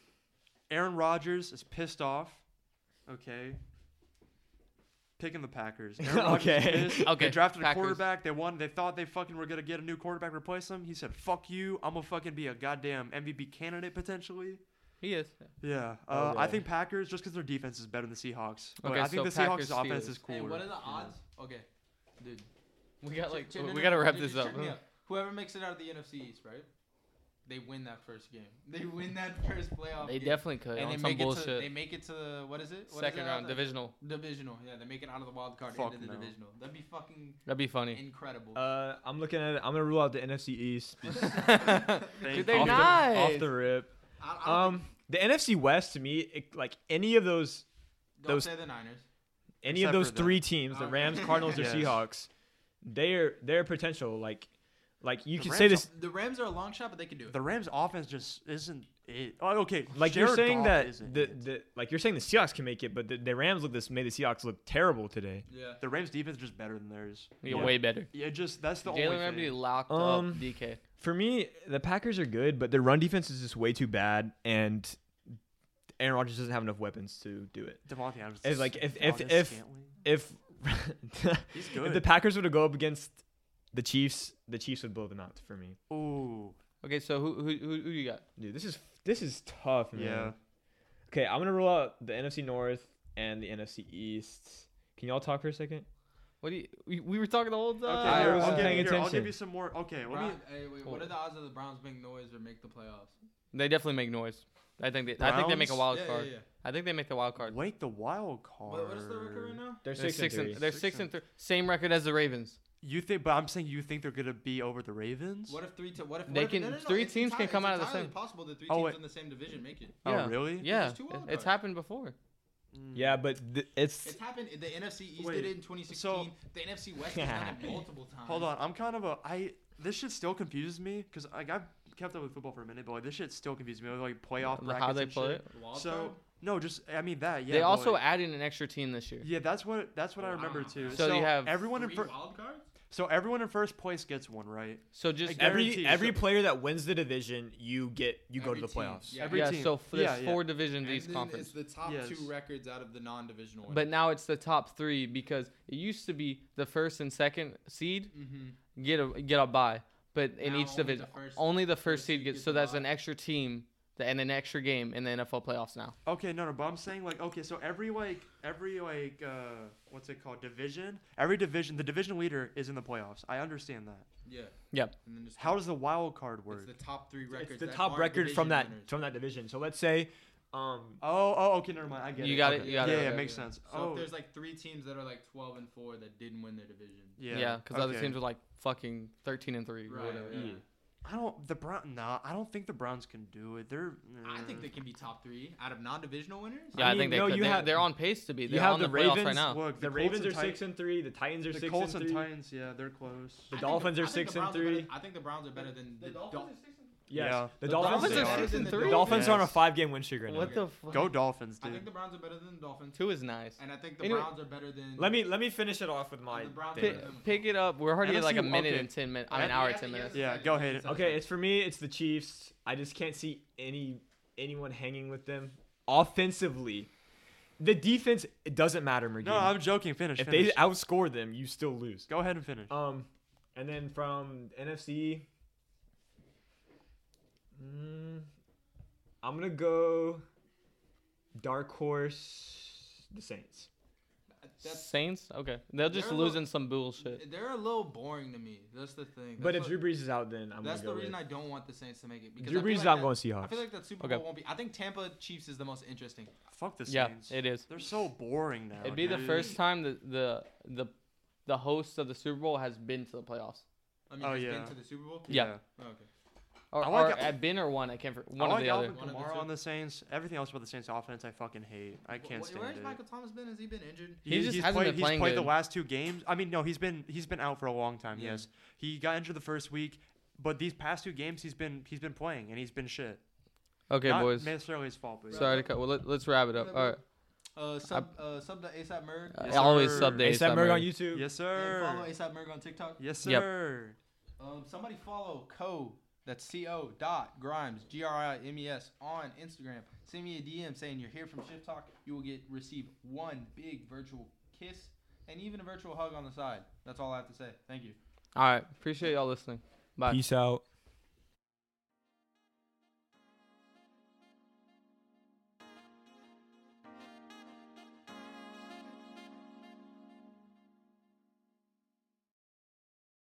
C: Aaron Rodgers is pissed off. Okay. Picking the Packers. Aaron Rodgers is
D: Okay.
C: pissed.
A: Okay,
C: They drafted
A: Packers.
C: a quarterback. They won. They thought they fucking were gonna get a new quarterback replace him. He said, "Fuck you. I'm gonna fucking be a goddamn MVP candidate potentially."
A: He is.
C: Yeah. Uh, I
D: Okay.
C: think Packers just because their defense is better than the Seahawks. But
A: Okay,
C: I think
A: so
C: the Seahawks'
A: Packers,
C: offense
A: Steelers.
C: is
B: Hey,
C: cooler.
B: what are the
C: Yeah.
B: odds? Okay, dude.
A: We got like
B: Check- check- no,
A: we
B: no,
A: got to
B: no,
A: wrap
B: dude,
A: this
B: just
A: up.
B: check me out. Whoever makes it out of the NFC East, right? They win that first game. They win that first playoff.
A: They
B: game.
A: definitely could
B: and
A: on
B: they
A: some
B: make it to they
A: bullshit.
B: make it to the what is it? What is
A: Second
B: it
A: round
B: out of the-
A: divisional.
B: divisional. Yeah, they make it out of the wild card
C: Fuck
B: into the
C: no.
B: divisional. That'd be fucking
A: That'd be funny.
B: incredible.
D: Uh, I'm looking at it. I'm gonna rule out the NFC East.
C: Thank
A: Dude,
C: you.
A: they're
D: off,
A: nice.
D: Um, the, off the rip.
B: I, I don't
D: Um, the NFC West to me, it, like any of those
B: Don't
D: those
B: say the Niners.
D: any
C: Except
D: of those
C: for the- Oh,
D: three teams, the
B: Okay.
D: Rams, Cardinals, or
C: Yes.
D: Seahawks, their their potential, like, like you
C: The
D: could
C: Rams
D: say this.
B: The Rams are a long shot, but they can do it.
C: The Rams offense just isn't it. Oh, okay.
D: Like you're
C: Jared
D: saying
C: Goff
D: that
C: isn't
D: the,
C: it.
D: the like you're saying the Seahawks can make it, but the, the Rams look this made the Seahawks look terrible today.
B: yeah.
C: the Rams defense is just better than theirs.
A: Yeah,
D: Yeah.
A: way better.
C: Yeah, it just that's the
A: Jalen
C: only
A: Ramsey
C: thing.
A: locked
D: Um,
A: up DK.
D: For me, the Packers are good, but their run defense is just way too bad, and Aaron Rodgers doesn't have enough weapons to do it.
C: Devontae Adams.
D: It's
C: is
D: like, if- if-
C: Valdez
D: if-
C: Scantling.
D: If
C: he's
D: if the
C: good.
D: Packers were to go up against the Chiefs, the Chiefs would blow them out for me.
C: Ooh,
A: Okay, so who who who, who you got?
D: Dude, this is this is tough, man.
C: yeah.
D: Okay, I'm gonna roll out the NFC North and the NFC East. Can y'all talk for a second?
A: What do you? We, we were talking the whole time.
C: Okay,
D: I
C: here,
D: was
C: I'll, give,
D: paying
C: you- here, I'll
D: attention.
C: give you some more. Okay, let me.
B: Brown, hey, wait, what are the odds of the Browns make noise or make the playoffs?
A: They definitely make noise. I think they. I think they make a
C: Browns?
A: wild
B: yeah,
A: card.
B: yeah, yeah.
A: I think they make the wild card.
C: Wait, the wild card.
B: What, what is the record right now?
D: They're
A: They're
D: six, and three.
A: They're
C: Six
A: six,
C: and-
A: and three. Same record as the Ravens.
C: You think? But I'm saying you think they're gonna be over the Ravens?
B: What if three? Te- what if
A: They
B: what
A: can-
B: If, no, no, no,
A: three
B: it's
A: teams can
B: entirely-
A: come
B: it's
A: out of the
B: entirely
A: same-
B: Possible that three
C: Oh,
B: teams
C: wait.
B: in the same division make it.
C: Oh,
A: Yeah.
C: really?
A: Yeah,
B: two wild
A: it- it's
B: cards.
A: happened before.
C: Mm.
D: Yeah, but th- it's
B: It's happened. The NFC East
C: Wait,
B: did it in 2016. the NFC West has done it multiple times.
C: Hold on, I'm kind of a I. This shit still confuses me because like I've kept up with football for a minute, but like, this shit still confuses me. with, Like playoff
A: The-
C: brackets
A: How they
C: and
A: play
C: shit.
A: it.
B: Wild
C: So
B: card?
C: no, just I mean that. Yeah.
A: they
C: but,
A: also
C: like-
A: added an extra team this year.
C: yeah, that's what that's what I
B: Wow.
C: remember too.
A: So you have
C: everyone in
B: Three
C: fir-
B: wild cards?
C: so everyone in first place gets one, right?
A: So just
C: guess-
D: every
C: guarantee.
D: every
C: So-
D: player that wins the division, you get you go to
B: Every
D: the
B: team,
D: playoffs.
B: yeah.
C: Every
A: yeah.
C: team.
A: So f- there's
C: Yeah, yeah.
A: four divisions in
B: And
A: each
B: then
A: conference.
B: It's the top
C: Yes.
B: two records out of the non-divisional.
A: But now it's the top three because it used to be the first and second seed
B: mm-hmm.
A: get a get a bye, but in
B: Now
A: each
B: only
A: division
B: the first-
A: only the first
B: first
A: seed
B: seed
A: gets.
B: gets
A: So
B: a
A: that's
B: bye.
A: an extra team th- and an extra game in the NFL playoffs now.
C: Okay, no, no, but I'm saying like okay, so every like every like uh what's it called division? Every division, the division leader is in the playoffs. I understand that.
B: yeah.
A: Yep.
B: And then just
C: How does the wild card work?
B: it's the top three records?
D: It's the
B: that
D: top
B: aren't
D: record
B: division
D: from that
B: winners.
D: from that division. So let's say, um,
C: Oh, oh, okay, never mind. I get
A: You
C: it.
A: got
C: okay.
A: it, you got
C: yeah,
A: it,
C: Yeah,
A: okay.
C: makes sense.
B: So
C: oh,
B: if there's like three teams that are like 12 and four that didn't win their division.
C: yeah,
A: Yeah, because other
C: okay.
A: teams are like fucking thirteen and three. or
B: Right.
A: whatever.
B: yeah.
C: I don't. The Brown. Nah, I don't think the Browns can do it. They're.
B: I think they can be top three out of non-divisional winners.
A: Yeah, I,
D: mean,
A: think they
D: no,
A: could.
D: you
A: They,
D: have-
A: they're on pace to be.
D: you
A: They're
D: have
A: on the,
D: the
A: playoffs right
D: Ravens,
A: now.
C: Look,
D: the,
C: Colts
D: Ravens
C: and
D: are six and three. The Titans are
C: Titans- The
D: six
C: Colts
D: and
C: and
D: three.
C: Titans. Yeah, they're close.
D: The
B: I think
D: Dolphins
B: I
D: are
B: think
D: six
B: the
D: and
B: Browns are better-
D: three.
B: I think the Browns are better than the, Dolphins.
D: Yes.
C: Yeah.
D: The,
C: The
D: Dolphins,
A: Dolphins
D: are
A: are six and three?
D: The Dolphins are on a
C: Yes.
D: five-game win streak right now.
A: What the fuck?
C: Go Dolphins,
B: I think
C: dude.
B: the Browns are better than the Dolphins.
A: Two is nice.
B: And I think the
A: Anyway-
B: Browns are better than.
D: Let me let me finish it off with
B: And
D: my
B: the Browns
D: thing.
A: Pick, pick it up. We're already at like a
C: NFC
A: minute
C: okay.
A: and ten minutes. I'm an
C: Yeah,
A: hour
B: yeah,
A: and ten
B: yeah,
A: minutes.
C: Yeah,
B: Sorry,
C: go
B: sorry,
C: ahead.
B: sorry.
D: Okay, it's for me. It's the Chiefs. I just can't see any anyone hanging with them offensively. The defense it doesn't matter, McGee.
C: No, I'm joking. Finish.
D: if
C: finish.
D: they outscore them, you still lose.
C: go ahead and finish.
A: Oh.
D: Um, and then from NFC, mm, I'm gonna go dark horse the Saints.
B: That's,
A: Saints. Okay, they'll just
B: They're a
A: lose
B: little-
A: in some bullshit.
B: they're a little boring to me. That's the thing.
D: But if
B: That's
D: Drew
B: what-
D: Brees is out, then I'm
B: that's
D: gonna
B: the
D: go
B: reason
D: with.
B: I don't want the Saints to make it. Because
D: Drew
B: I feel
D: Brees
B: like
D: is out.
B: that-
D: I'm going
B: I
D: Seahawks.
B: feel like that Super
A: Okay.
B: Bowl won't be. I think Tampa Chiefs is the most interesting.
C: Fuck the
A: Yeah,
C: Saints.
A: it is.
C: They're so boring now.
A: It'd be the
C: dude.
A: first time that the the the host of the Super Bowl has been to the playoffs.
B: I mean,
C: Oh,
B: has
C: yeah.
B: been to the Super Bowl.
A: Yeah.
B: Oh, okay.
A: Or,
C: I like
A: or
C: Al-
A: at been or one. I can't. remember.
C: I
A: One
C: like
A: or the other.
C: Alvin
B: One of the
C: Kamara
B: two.
C: on the Saints. Everything else about the Saints offense, I fucking hate. I can't
B: Wh-
C: stand
B: Where's
C: it.
B: Michael Thomas been? Has he been injured?
A: He just
C: he's
A: hasn't
C: played,
A: been
C: he's
A: playing
C: played the
A: good.
C: last two games. I mean, no, he's been he's been out for a long time.
B: Yeah.
C: Yes, he got injured the first week, but these past two games he's been he's been playing and he's been shit.
A: Okay,
C: Not
A: boys.
C: necessarily his fault, but
A: Sorry to cut. Well, let, us wrap it up. All right.
B: Uh, sub uh, sub to ASAP Merg.
A: I
C: Yes,
A: always
C: sir.
A: sub to
D: ASAP
A: ASAP
D: Merg on
A: Merg.
D: YouTube.
C: yes
B: And
C: sir,
B: follow ASAP Merg on TikTok.
C: yes
A: Yep.
C: sir.
B: Um, somebody follow Co. That's C O dot Grimes G R I M E S on Instagram. Send me a DM saying you're here from Shift Talk. You will get receive one big virtual kiss and even a virtual hug on the side. That's all I have to say. Thank you.
A: All right. Appreciate y'all listening. Bye.
D: Peace out.